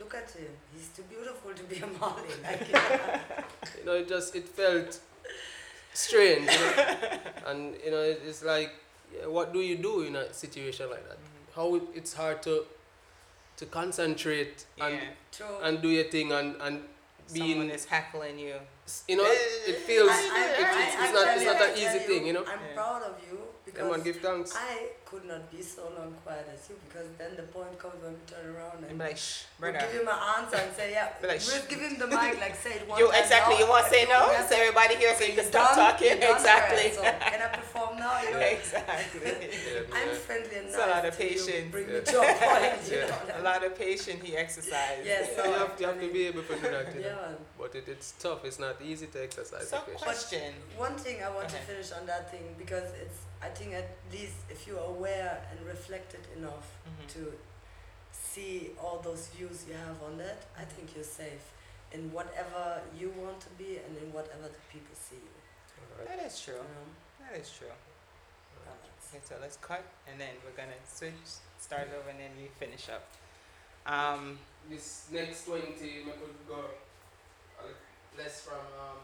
[SPEAKER 3] look at him. He's too beautiful to be a Molly. Like,
[SPEAKER 2] You know, it just it felt strange. You know? and you know, it, it's like, yeah, what do you do in a situation like that? How it, it's hard to to concentrate and
[SPEAKER 1] Yeah.
[SPEAKER 3] true.
[SPEAKER 2] and do your thing and and
[SPEAKER 1] Someone
[SPEAKER 2] um, being
[SPEAKER 1] is heckling you.
[SPEAKER 2] you know it feels it's, it's, it's not it's not
[SPEAKER 3] actually,
[SPEAKER 2] an
[SPEAKER 3] I
[SPEAKER 2] easy
[SPEAKER 3] tell
[SPEAKER 2] thing you know
[SPEAKER 3] I'm
[SPEAKER 1] Yeah.
[SPEAKER 3] proud of you
[SPEAKER 2] come on
[SPEAKER 3] because
[SPEAKER 2] give thanks
[SPEAKER 3] I could not be so long quiet as you because then the point comes when we turn around
[SPEAKER 1] And
[SPEAKER 3] and
[SPEAKER 1] be like, shh,
[SPEAKER 3] we
[SPEAKER 1] brother.
[SPEAKER 3] give him an answer and say, yeah,
[SPEAKER 1] Be like,
[SPEAKER 3] we'll
[SPEAKER 1] "Shh."
[SPEAKER 3] give him the mic, like, say it one
[SPEAKER 1] You
[SPEAKER 3] time
[SPEAKER 1] exactly.
[SPEAKER 3] now,
[SPEAKER 1] You want to
[SPEAKER 3] and
[SPEAKER 1] say
[SPEAKER 3] you
[SPEAKER 1] no?
[SPEAKER 3] have
[SPEAKER 1] So everybody here, so you can stop
[SPEAKER 3] done,
[SPEAKER 1] talking.
[SPEAKER 3] you're done
[SPEAKER 1] Exactly.
[SPEAKER 3] for it, so can I perform now? You know?
[SPEAKER 1] Exactly.
[SPEAKER 2] yeah,
[SPEAKER 3] I'm
[SPEAKER 2] yeah.
[SPEAKER 3] friendly and
[SPEAKER 1] It's
[SPEAKER 3] nice.
[SPEAKER 1] a lot of
[SPEAKER 3] till you
[SPEAKER 1] patience.
[SPEAKER 3] Bring
[SPEAKER 2] Yeah.
[SPEAKER 3] me to a point. You
[SPEAKER 2] Yeah.
[SPEAKER 3] know?
[SPEAKER 1] A lot of patience. He exercised.
[SPEAKER 3] Yes.
[SPEAKER 2] you have, you have to be able to do that you know
[SPEAKER 3] Yeah.
[SPEAKER 2] but it, it's tough it's not easy to exercise
[SPEAKER 1] So
[SPEAKER 2] the patience.
[SPEAKER 1] question.
[SPEAKER 3] One thing I want
[SPEAKER 1] Okay.
[SPEAKER 3] to finish on that thing because it's I think at least if you're aware and reflected enough
[SPEAKER 1] Mhm.
[SPEAKER 3] to see all those views you have on that, I think you're safe in whatever you want to be and in whatever the people see you.
[SPEAKER 2] Alright.
[SPEAKER 1] That is true.
[SPEAKER 3] you know?
[SPEAKER 1] That is true.
[SPEAKER 3] Balance.
[SPEAKER 1] Okay, so let's cut, and then we're gonna switch, start over, and then we finish up. Um,
[SPEAKER 2] this next 20 we could go uh, less from um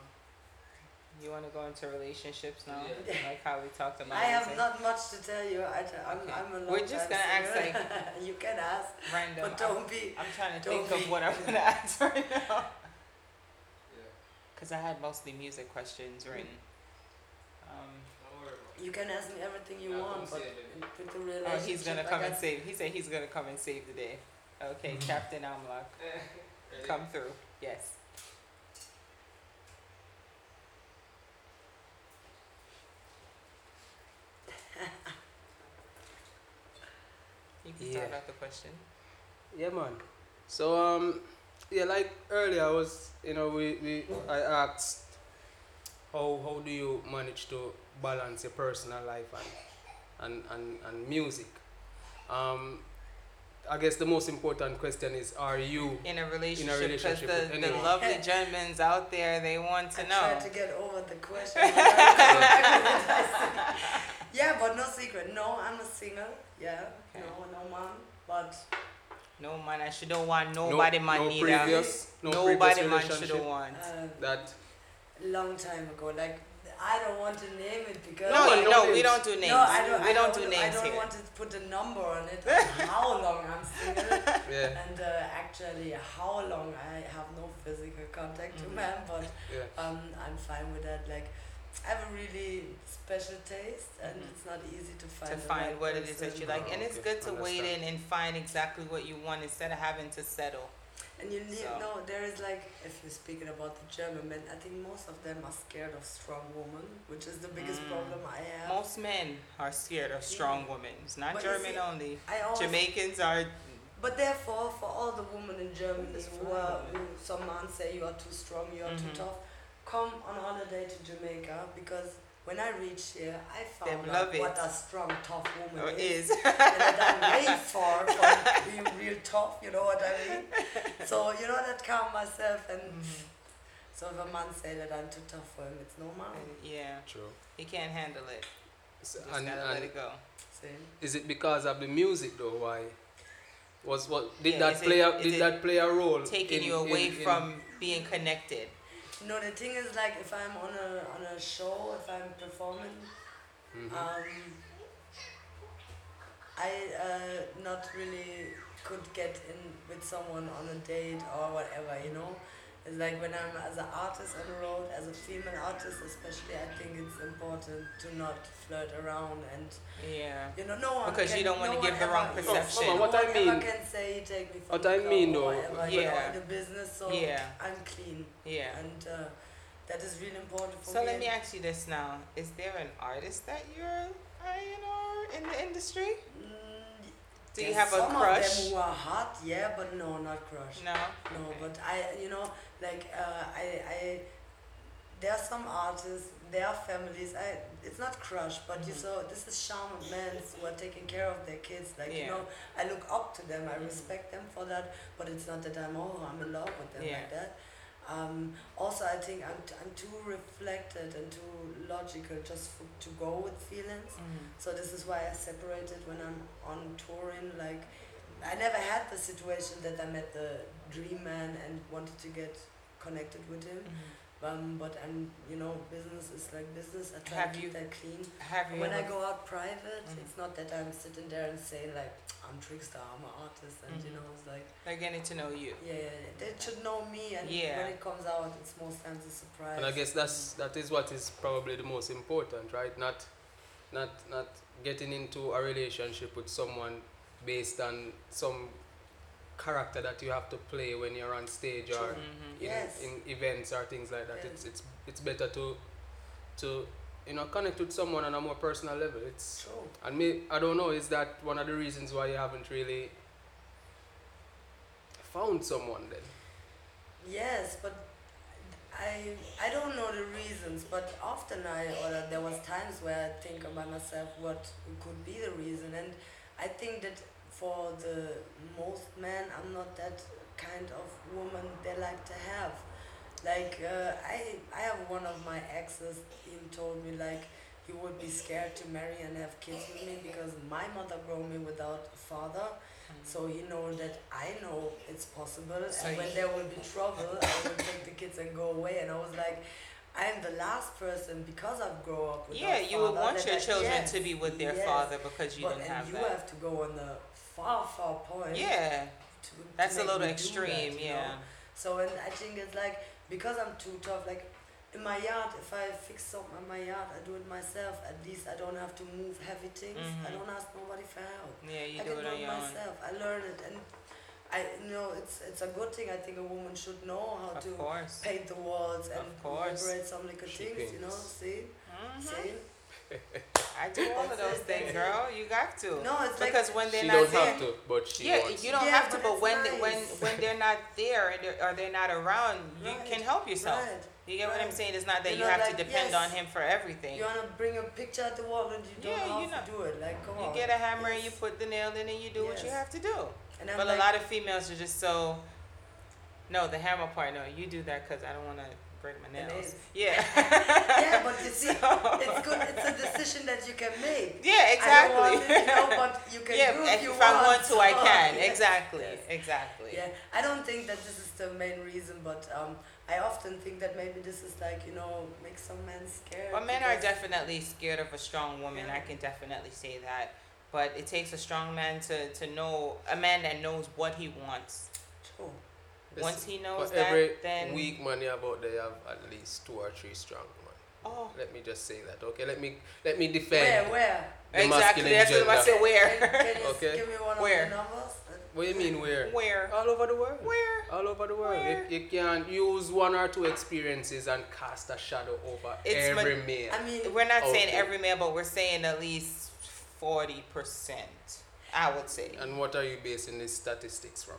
[SPEAKER 1] you want to go into relationships now,
[SPEAKER 2] Yeah.
[SPEAKER 1] like how we talked about.
[SPEAKER 3] I have
[SPEAKER 1] it.
[SPEAKER 3] not much to tell you. I, I'm,
[SPEAKER 1] Okay.
[SPEAKER 3] I'm a long
[SPEAKER 1] We're just
[SPEAKER 3] time
[SPEAKER 1] gonna act
[SPEAKER 3] single. you can ask,
[SPEAKER 1] random.
[SPEAKER 3] but
[SPEAKER 1] I'm,
[SPEAKER 3] don't be.
[SPEAKER 1] I'm trying to
[SPEAKER 3] don't
[SPEAKER 1] think of
[SPEAKER 3] be-
[SPEAKER 1] what I'm gonna ask right now.
[SPEAKER 2] yeah,
[SPEAKER 1] Because I had mostly music questions written.
[SPEAKER 3] Mm-hmm.
[SPEAKER 1] Um,
[SPEAKER 2] don't worry about
[SPEAKER 3] You can ask me everything you
[SPEAKER 2] Yeah,
[SPEAKER 3] want,
[SPEAKER 2] don't
[SPEAKER 3] but
[SPEAKER 2] say it,
[SPEAKER 3] with the relationship,
[SPEAKER 1] oh, he's gonna
[SPEAKER 3] I
[SPEAKER 1] come and
[SPEAKER 3] got-
[SPEAKER 1] save. He said he's gonna come and save the day. Okay,
[SPEAKER 2] Mm-hmm.
[SPEAKER 1] Captain Amlock,
[SPEAKER 2] it. Ready?
[SPEAKER 1] come through. Yes. You can
[SPEAKER 2] Yeah.
[SPEAKER 1] start off the question.
[SPEAKER 2] Yeah, man. So um, yeah, like earlier, I was you know we, we I asked how how do you manage to balance your personal life and and and, and music. Um, I guess the most important question is: Are you?
[SPEAKER 1] In a relationship, because
[SPEAKER 2] relationship with
[SPEAKER 1] the, the
[SPEAKER 2] anyone.
[SPEAKER 1] lovely Germans out there, they want to
[SPEAKER 3] I
[SPEAKER 1] know.
[SPEAKER 3] tried to get over the question. but I couldn't. yeah, but no secret. No, I'm a single. Yeah.
[SPEAKER 1] Okay.
[SPEAKER 3] No, no mom. But
[SPEAKER 1] No man, I should don't want nobody man
[SPEAKER 2] no
[SPEAKER 1] neither.
[SPEAKER 2] previous, no
[SPEAKER 1] nobody
[SPEAKER 2] previous
[SPEAKER 1] man
[SPEAKER 2] relationship
[SPEAKER 1] should don't want.
[SPEAKER 3] uh,
[SPEAKER 2] that
[SPEAKER 3] long time ago, like I don't want to name it because
[SPEAKER 1] no,
[SPEAKER 2] one,
[SPEAKER 1] no,
[SPEAKER 2] no
[SPEAKER 1] we
[SPEAKER 2] names.
[SPEAKER 1] don't do names.
[SPEAKER 3] No, I don't.
[SPEAKER 1] we
[SPEAKER 3] I
[SPEAKER 1] don't, do
[SPEAKER 3] I
[SPEAKER 1] names
[SPEAKER 3] don't
[SPEAKER 1] here.
[SPEAKER 3] want to put a number on it. on how long I'm single,
[SPEAKER 2] yeah
[SPEAKER 3] and uh, actually how long I have no physical contact to
[SPEAKER 1] Mhm.
[SPEAKER 3] man, but
[SPEAKER 2] yeah
[SPEAKER 3] um, I'm fine with that. Like, I have a really special taste, and
[SPEAKER 1] Mhm.
[SPEAKER 3] it's not easy to find.
[SPEAKER 1] to
[SPEAKER 3] the
[SPEAKER 1] find
[SPEAKER 3] right
[SPEAKER 1] what it is that
[SPEAKER 3] person.
[SPEAKER 1] you like, and it's
[SPEAKER 2] Okay,
[SPEAKER 1] good to wait in
[SPEAKER 2] understand.
[SPEAKER 1] and find exactly what you want instead of having to settle.
[SPEAKER 3] And you need
[SPEAKER 1] So.
[SPEAKER 3] no. There is like if you're speaking about the German men, I think most of them are scared of strong women, which is the biggest
[SPEAKER 1] Mm.
[SPEAKER 3] problem I have.
[SPEAKER 1] Most men are scared of strong women. It's not
[SPEAKER 3] But you
[SPEAKER 1] German
[SPEAKER 3] see,
[SPEAKER 1] only.
[SPEAKER 3] I always
[SPEAKER 1] Jamaicans are.
[SPEAKER 3] But therefore, for all the women in Germany
[SPEAKER 1] It's
[SPEAKER 3] who are,
[SPEAKER 1] fine.
[SPEAKER 3] who some man say you are too strong, you are
[SPEAKER 1] Mhm.
[SPEAKER 3] too tough, come on holiday to Jamaica because when I reached here, I found
[SPEAKER 1] Them
[SPEAKER 3] out
[SPEAKER 1] love
[SPEAKER 3] what
[SPEAKER 1] it. Oh,
[SPEAKER 3] a strong, tough
[SPEAKER 1] or
[SPEAKER 3] woman is.
[SPEAKER 1] is
[SPEAKER 3] and that I'm way far from being real tough, you know what I mean? So, you know, that calm myself. And
[SPEAKER 1] Mhm.
[SPEAKER 3] so if a man say that I'm too tough for him, it's normal.
[SPEAKER 1] yeah,
[SPEAKER 2] true.
[SPEAKER 1] he can't handle it.
[SPEAKER 2] So,
[SPEAKER 1] Just
[SPEAKER 2] and,
[SPEAKER 1] gotta let
[SPEAKER 2] and
[SPEAKER 1] it go.
[SPEAKER 3] See?
[SPEAKER 2] is it because of the music though? Why was what did
[SPEAKER 1] Yeah,
[SPEAKER 2] that
[SPEAKER 1] is it-
[SPEAKER 2] play a,
[SPEAKER 1] is
[SPEAKER 2] did
[SPEAKER 1] it
[SPEAKER 2] that play a role
[SPEAKER 1] Taking
[SPEAKER 2] in-
[SPEAKER 1] you away
[SPEAKER 2] in- in-
[SPEAKER 1] from being connected.
[SPEAKER 3] No, the thing is like if I'm on a, on a show, if I'm performing,
[SPEAKER 2] Mhm.
[SPEAKER 1] Ah,
[SPEAKER 3] Um, I uh, not really could get in with someone on a date or whatever, you know. It's like when I'm as an artist on the road, as a female artist especially, I think it's important to not flirt around and
[SPEAKER 1] Yeah.
[SPEAKER 3] you know no one
[SPEAKER 1] Because
[SPEAKER 3] can,
[SPEAKER 1] you don't
[SPEAKER 3] no
[SPEAKER 1] wanna
[SPEAKER 3] one
[SPEAKER 1] give the
[SPEAKER 3] ever-
[SPEAKER 1] wrong
[SPEAKER 3] no-
[SPEAKER 1] perception.
[SPEAKER 3] No,
[SPEAKER 2] Mama, what I
[SPEAKER 3] one
[SPEAKER 2] mean-
[SPEAKER 3] ever can say you take me for
[SPEAKER 2] what
[SPEAKER 3] the
[SPEAKER 2] I
[SPEAKER 3] club
[SPEAKER 2] mean
[SPEAKER 3] or
[SPEAKER 2] though,
[SPEAKER 3] whatever, you
[SPEAKER 1] Yeah.
[SPEAKER 3] know, in the business, so
[SPEAKER 1] Yeah.
[SPEAKER 3] I'm clean,
[SPEAKER 1] Yeah.
[SPEAKER 3] and uh, that is really important for
[SPEAKER 1] So
[SPEAKER 3] me.
[SPEAKER 1] let me ask you this now: Is there an artist that you're eyeing or in the industry?
[SPEAKER 3] Mm,
[SPEAKER 1] Do
[SPEAKER 3] There's
[SPEAKER 1] you have a
[SPEAKER 3] some
[SPEAKER 1] crush?
[SPEAKER 3] of them who are hot, yeah, but no, not crush.
[SPEAKER 1] No.
[SPEAKER 3] No,
[SPEAKER 1] Okay.
[SPEAKER 3] but I, you know, like uh, I, I, there are some artists, there are families. I, it's not crush, but you
[SPEAKER 1] Mhm.
[SPEAKER 3] saw this is charm of men who are taking care of their kids. Like
[SPEAKER 1] Yeah.
[SPEAKER 3] you know, I look up to them, I
[SPEAKER 1] Mhm.
[SPEAKER 3] respect them for that. But it's not that I'm oh, I'm in love with them
[SPEAKER 1] Yeah.
[SPEAKER 3] like that. Um, also, I think I'm, t- I'm too reflected and too logical just for, to go with feelings.
[SPEAKER 1] Mhm.
[SPEAKER 3] So this is why I separated when I'm on touring. Like, I never had the situation that I met the dream man and wanted to get connected with him. Um, but I'm, you know, business is like business. I try
[SPEAKER 1] Have
[SPEAKER 3] to
[SPEAKER 1] you-
[SPEAKER 3] keep that clean.
[SPEAKER 1] Have you?
[SPEAKER 3] When I
[SPEAKER 1] ever-
[SPEAKER 3] go out private,
[SPEAKER 1] Mhm.
[SPEAKER 3] it's not that I'm sitting there and saying like I'm trickster, I'm an artist, and you
[SPEAKER 1] Mhm.
[SPEAKER 3] know, it's like
[SPEAKER 1] They're getting to know you.
[SPEAKER 3] yeah, yeah, yeah, they should know me. And
[SPEAKER 1] Yeah.
[SPEAKER 3] when it comes out, it's most times a surprise.
[SPEAKER 2] And I guess that's that is what is probably the most important, right? Not, not, not getting into a relationship with someone based on some character that you have to play when you're on stage or
[SPEAKER 1] Mhm.
[SPEAKER 2] in,
[SPEAKER 3] Yes.
[SPEAKER 2] in events or things like that.
[SPEAKER 3] Yeah.
[SPEAKER 2] It's it's it's better to, to, you know, connect with someone on a more personal level. It's
[SPEAKER 3] true.
[SPEAKER 2] and me, I don't know. Is that one of the reasons why you haven't really found someone then?
[SPEAKER 3] Yes, but I I don't know the reasons, but often I or there was times where I think about myself what could be the reason, and I think that for the most men, I'm not that kind of woman they like to have. Like uh, I I have one of my exes. He told me like he would be scared to marry and have kids with me because my mother grew me without a father. So he know that I know it's possible,
[SPEAKER 1] So
[SPEAKER 3] and when
[SPEAKER 1] he-
[SPEAKER 3] there will be trouble, I will take the kids and go away. And I was like, I'm the last person because I've grown up. Without
[SPEAKER 1] Yeah, you would
[SPEAKER 3] father
[SPEAKER 1] want
[SPEAKER 3] that
[SPEAKER 1] your
[SPEAKER 3] I-
[SPEAKER 1] children
[SPEAKER 3] yes,
[SPEAKER 1] to be with their
[SPEAKER 3] yes.
[SPEAKER 1] father because you
[SPEAKER 3] but,
[SPEAKER 1] didn't
[SPEAKER 3] and
[SPEAKER 1] have
[SPEAKER 3] you
[SPEAKER 1] that.
[SPEAKER 3] have to go on the far, far point.
[SPEAKER 1] yeah,
[SPEAKER 3] to, to
[SPEAKER 1] that's a
[SPEAKER 3] make
[SPEAKER 1] little
[SPEAKER 3] me do that,
[SPEAKER 1] extreme.
[SPEAKER 3] you know?
[SPEAKER 1] yeah.
[SPEAKER 3] So and I think it's like because I'm too tough. Like in my yard, if I fix something in my yard, I do it myself. At least I don't have to move heavy things. I
[SPEAKER 1] Mhm.
[SPEAKER 3] don't ask nobody for help.
[SPEAKER 1] Yeah, you
[SPEAKER 3] I
[SPEAKER 1] do
[SPEAKER 3] can
[SPEAKER 1] it
[SPEAKER 3] do
[SPEAKER 1] on
[SPEAKER 3] it
[SPEAKER 1] your own.
[SPEAKER 3] myself. I learned it, and I you know it's it's a good thing. I think a woman should know how
[SPEAKER 1] Of
[SPEAKER 3] to
[SPEAKER 1] course.
[SPEAKER 3] paint the walls and
[SPEAKER 1] Of course.
[SPEAKER 3] incorporate some little
[SPEAKER 2] She
[SPEAKER 3] things. You know,
[SPEAKER 2] paints.
[SPEAKER 3] see,
[SPEAKER 1] Mhm.
[SPEAKER 3] see.
[SPEAKER 1] I do all of
[SPEAKER 3] That's
[SPEAKER 1] those
[SPEAKER 3] it,
[SPEAKER 1] things,
[SPEAKER 3] that's it.
[SPEAKER 1] girl. You got to.
[SPEAKER 3] No, it's like-
[SPEAKER 1] because when they're
[SPEAKER 2] she
[SPEAKER 1] not
[SPEAKER 2] don't
[SPEAKER 1] there,
[SPEAKER 2] have to, but she
[SPEAKER 1] yeah,
[SPEAKER 2] wants.
[SPEAKER 1] you don't
[SPEAKER 3] Yeah,
[SPEAKER 1] have to.
[SPEAKER 3] but
[SPEAKER 1] But
[SPEAKER 3] it's
[SPEAKER 1] when they, when
[SPEAKER 3] nice.
[SPEAKER 1] when they're not there and they're, or they're not around, you
[SPEAKER 3] Right,
[SPEAKER 1] can help yourself.
[SPEAKER 3] right,
[SPEAKER 1] You get what I'm
[SPEAKER 3] right.
[SPEAKER 1] saying? It's not that
[SPEAKER 3] You're
[SPEAKER 1] you
[SPEAKER 3] not
[SPEAKER 1] have
[SPEAKER 3] like,
[SPEAKER 1] to depend
[SPEAKER 3] yes,
[SPEAKER 1] on him for everything.
[SPEAKER 3] You wanna bring a picture at the wall and you don't
[SPEAKER 1] Yeah,
[SPEAKER 3] know
[SPEAKER 1] you
[SPEAKER 3] how to
[SPEAKER 1] know.
[SPEAKER 3] do it. Like, come
[SPEAKER 1] You
[SPEAKER 3] on.
[SPEAKER 1] get a hammer and you
[SPEAKER 3] Yes.
[SPEAKER 1] put the nail in and you do what you
[SPEAKER 3] Yes.
[SPEAKER 1] have to do.
[SPEAKER 3] And I'm
[SPEAKER 1] but
[SPEAKER 3] like,
[SPEAKER 1] a lot of females are just so. No, the hammer part. No, you do that because I don't want to break my
[SPEAKER 3] The
[SPEAKER 1] nails.
[SPEAKER 3] nails.
[SPEAKER 1] Yeah.
[SPEAKER 3] yeah, but you see,
[SPEAKER 1] So-
[SPEAKER 3] it's good. It's a decision that you can make.
[SPEAKER 1] yeah. Exactly.
[SPEAKER 3] I don't want it, you know, but you can
[SPEAKER 1] yeah.
[SPEAKER 3] do
[SPEAKER 1] if
[SPEAKER 3] if you
[SPEAKER 1] if I want to, I
[SPEAKER 3] so,
[SPEAKER 1] can.
[SPEAKER 3] yes.
[SPEAKER 1] Exactly.
[SPEAKER 3] Yes.
[SPEAKER 1] Exactly.
[SPEAKER 3] Yeah, I don't think that this is the main reason, but um, I often think that maybe this is like you know make some men scared.
[SPEAKER 1] Well, men are
[SPEAKER 3] because-
[SPEAKER 1] definitely scared of a strong woman.
[SPEAKER 3] Yeah.
[SPEAKER 1] I can definitely say that. But it takes a strong man to, to know a man that knows what he wants.
[SPEAKER 3] True.
[SPEAKER 2] This-
[SPEAKER 1] Once he knows
[SPEAKER 2] For
[SPEAKER 1] that,
[SPEAKER 2] every
[SPEAKER 1] then
[SPEAKER 2] weak man you have out there, you have at least two or three strong man.
[SPEAKER 1] oh,
[SPEAKER 2] Let me just say that, okay? Let me let me
[SPEAKER 3] Where
[SPEAKER 2] defend
[SPEAKER 3] where?
[SPEAKER 2] the
[SPEAKER 1] exactly.
[SPEAKER 2] masculine
[SPEAKER 1] That's
[SPEAKER 2] gender.
[SPEAKER 1] what I said.
[SPEAKER 3] Can,
[SPEAKER 1] Where,
[SPEAKER 3] can you s-
[SPEAKER 2] Okay.
[SPEAKER 3] give me one
[SPEAKER 1] Where?
[SPEAKER 3] of the numbers?
[SPEAKER 2] What do you mean where?
[SPEAKER 1] where,
[SPEAKER 2] All over the world.
[SPEAKER 1] where?
[SPEAKER 2] All over the world.
[SPEAKER 1] Where?
[SPEAKER 2] You, you can use one or two experiences and cast a shadow over
[SPEAKER 1] It's ma-
[SPEAKER 2] every male.
[SPEAKER 3] I mean,
[SPEAKER 1] We're not saying
[SPEAKER 2] Okay.
[SPEAKER 1] every man, but we're saying at least forty percent. I would say
[SPEAKER 2] And what are you basing these statistics from?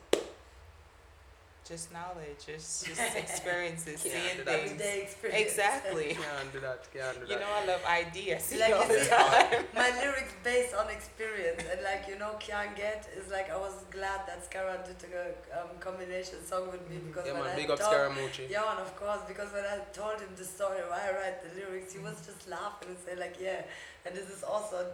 [SPEAKER 1] just knowledge, just just experiences,
[SPEAKER 2] Yeah,
[SPEAKER 1] seeing
[SPEAKER 2] that
[SPEAKER 1] things.
[SPEAKER 3] everyday experience.
[SPEAKER 1] Exactly.
[SPEAKER 2] Can't do that. Can't do that.
[SPEAKER 1] You know, I love ideas. you
[SPEAKER 3] Like
[SPEAKER 1] know?
[SPEAKER 3] you see, my lyrics based on experience, and like you know, Kian Get is like I was glad that Scara did a um, combination song with me because
[SPEAKER 2] Mm-hmm. yeah,
[SPEAKER 3] when
[SPEAKER 2] man.
[SPEAKER 3] I
[SPEAKER 2] Big up
[SPEAKER 3] talk-
[SPEAKER 2] Scaramucci.
[SPEAKER 3] Yeah, and of course, because when I told him the story why I write the lyrics, he was just laughing and saying like, yeah, and this is also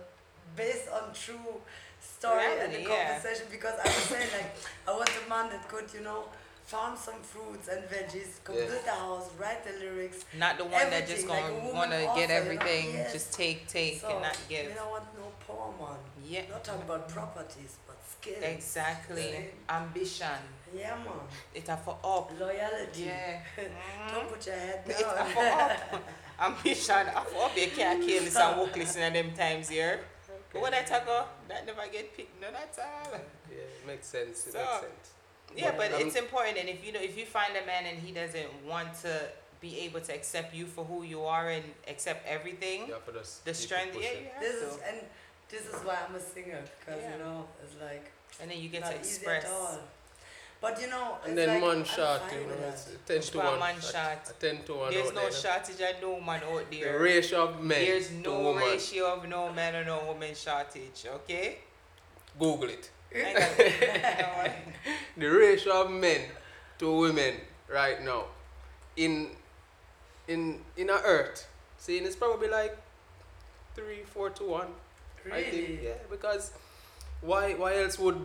[SPEAKER 3] based on true story and
[SPEAKER 1] Reality,
[SPEAKER 3] the
[SPEAKER 1] yeah.
[SPEAKER 3] conversation because I was saying like, I was a man that could, you know, farm some fruits and veggies, come
[SPEAKER 2] Yeah.
[SPEAKER 3] build a house, write the lyrics.
[SPEAKER 1] Not the one that just
[SPEAKER 3] Everything,
[SPEAKER 1] gonna
[SPEAKER 3] like a woman
[SPEAKER 1] wanna
[SPEAKER 3] also, you
[SPEAKER 1] get
[SPEAKER 3] know?
[SPEAKER 1] everything,
[SPEAKER 3] Yes.
[SPEAKER 1] just take, take,
[SPEAKER 3] so
[SPEAKER 1] and not give.
[SPEAKER 3] We don't want no poor man.
[SPEAKER 1] yeah,
[SPEAKER 3] Not talking about properties, but skills.
[SPEAKER 1] exactly.
[SPEAKER 3] Yeah.
[SPEAKER 1] Ambition.
[SPEAKER 3] Yeah, man.
[SPEAKER 1] It's a for up.
[SPEAKER 3] Loyalty.
[SPEAKER 1] Yeah.
[SPEAKER 3] Don't put your head
[SPEAKER 1] It's a
[SPEAKER 3] down.
[SPEAKER 1] for up. Ambition. A for up. You can't kill this and walk listen to them times here. But What I talk about, that never get picked. No, that's all.
[SPEAKER 2] Yeah, it makes sense. It
[SPEAKER 1] So-
[SPEAKER 2] makes sense.
[SPEAKER 1] Yeah,
[SPEAKER 2] But,
[SPEAKER 1] but
[SPEAKER 2] um,
[SPEAKER 1] it's important, and if you know, if you find a man and he doesn't want to be able to accept you for who you are and accept everything,
[SPEAKER 2] Yeah, for us.
[SPEAKER 1] the strength, yeah, you have
[SPEAKER 3] This
[SPEAKER 1] to.
[SPEAKER 3] is and this is why I'm a singer because
[SPEAKER 1] Yeah.
[SPEAKER 3] you know it's like
[SPEAKER 1] and then you get
[SPEAKER 3] not
[SPEAKER 1] to
[SPEAKER 3] easy at
[SPEAKER 1] express.
[SPEAKER 3] all. But you know, it's
[SPEAKER 2] And then
[SPEAKER 3] like,
[SPEAKER 2] man
[SPEAKER 3] I'm
[SPEAKER 2] shot,
[SPEAKER 3] fine
[SPEAKER 2] you know,
[SPEAKER 3] with
[SPEAKER 2] it's
[SPEAKER 3] that.
[SPEAKER 2] ten to
[SPEAKER 1] Well,
[SPEAKER 2] one.
[SPEAKER 1] man
[SPEAKER 2] a-
[SPEAKER 1] shot.
[SPEAKER 2] a ten to one.
[SPEAKER 1] There's
[SPEAKER 2] out
[SPEAKER 1] no
[SPEAKER 2] there, you know.
[SPEAKER 1] shortage of no man out
[SPEAKER 2] The
[SPEAKER 1] there.
[SPEAKER 2] ratio of men
[SPEAKER 1] There's
[SPEAKER 2] to
[SPEAKER 1] no
[SPEAKER 2] woman.
[SPEAKER 1] ratio of no man or no woman shortage, okay?
[SPEAKER 2] Google it.
[SPEAKER 1] I know.
[SPEAKER 2] The ratio of men to women right now, in in in our earth, seeing it's probably like three, four to one. I think
[SPEAKER 3] Really?
[SPEAKER 2] yeah, because why why else would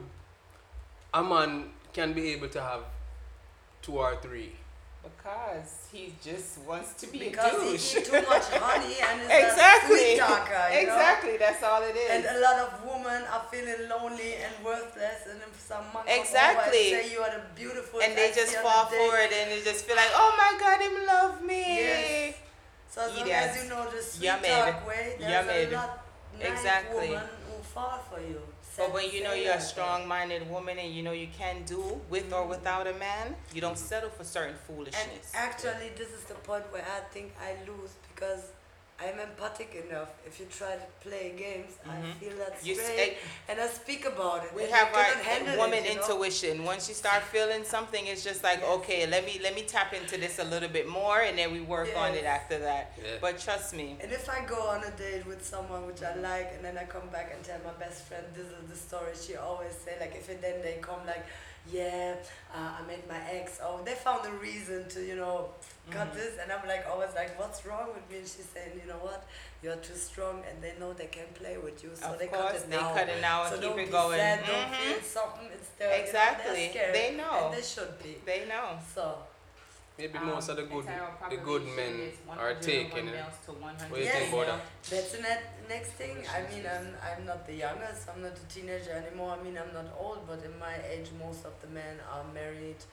[SPEAKER 2] a man can be able to have two or three?
[SPEAKER 1] because he just wants to be a
[SPEAKER 3] Because
[SPEAKER 1] douche.
[SPEAKER 3] he eat too much honey and it's
[SPEAKER 1] Exactly.
[SPEAKER 3] a sweet talker, you
[SPEAKER 1] exactly, that's all it is.
[SPEAKER 3] Know? And a lot of women are feeling lonely and worthless, and if some man come over and
[SPEAKER 1] Exactly.
[SPEAKER 3] say you are the beautiful,
[SPEAKER 1] and they
[SPEAKER 3] sexy
[SPEAKER 1] just
[SPEAKER 3] on the
[SPEAKER 1] fall
[SPEAKER 3] day."
[SPEAKER 1] for it and they just feel like, oh my god, him love me.
[SPEAKER 3] Yes. So as long
[SPEAKER 1] Idiots.
[SPEAKER 3] as you know the sweet
[SPEAKER 1] Yummed.
[SPEAKER 3] talk way, there's
[SPEAKER 1] Yummed.
[SPEAKER 3] a lot nice
[SPEAKER 1] Exactly.
[SPEAKER 3] woman who fall for you.
[SPEAKER 1] But when you know you're a
[SPEAKER 3] Sincere.
[SPEAKER 1] strong-minded woman and you know you can do with or without a man, you don't settle for certain
[SPEAKER 3] Mm-hmm. And
[SPEAKER 1] foolishness.
[SPEAKER 3] actually, this is the point where I think I lose because I'm empathic enough. If you try to play games, I
[SPEAKER 1] Mhm.
[SPEAKER 3] feel that
[SPEAKER 1] You s- eh,
[SPEAKER 3] straight, and I speak about it.
[SPEAKER 1] we
[SPEAKER 3] and
[SPEAKER 1] have
[SPEAKER 3] I cannot handle
[SPEAKER 1] our woman
[SPEAKER 3] it, you know?
[SPEAKER 1] intuition. Once you start feeling something, it's just like,
[SPEAKER 3] Yes.
[SPEAKER 1] okay, let me let me tap into this a little bit more, and then we work on it
[SPEAKER 3] Yes.
[SPEAKER 1] after that.
[SPEAKER 2] Yeah.
[SPEAKER 1] But trust me,
[SPEAKER 3] And if I go on a date with someone which I like, and then I come back and tell my best friend this is the story, she always say like if it, then they come like, yeah, uh, I met my ex. Oh, they found a reason to you know cut
[SPEAKER 1] Mhm.
[SPEAKER 3] this, and I'm like always like, what's wrong with me? And she's saying, you know what, you're too strong, and they know they can play with you, so
[SPEAKER 1] of
[SPEAKER 3] they
[SPEAKER 1] course,
[SPEAKER 3] cut it
[SPEAKER 1] they
[SPEAKER 3] now.
[SPEAKER 1] cut it now
[SPEAKER 3] so
[SPEAKER 1] and
[SPEAKER 3] don't
[SPEAKER 1] keep
[SPEAKER 3] be
[SPEAKER 1] it going.
[SPEAKER 3] sad, don't
[SPEAKER 1] Mhm.
[SPEAKER 3] feel something. It's there. you know,
[SPEAKER 1] Exactly.
[SPEAKER 3] they're scared,
[SPEAKER 1] They know.
[SPEAKER 3] And they should be.
[SPEAKER 1] They know.
[SPEAKER 3] So
[SPEAKER 2] Maybe
[SPEAKER 1] Um,
[SPEAKER 2] most of the good the good men are taken. eh? What do you
[SPEAKER 3] Yes.
[SPEAKER 2] think about that?
[SPEAKER 3] That's the ne- next thing. I mean, I'm, I'm not the youngest. I'm not a teenager anymore. I mean, I'm not old, but in my age, most of the men are married,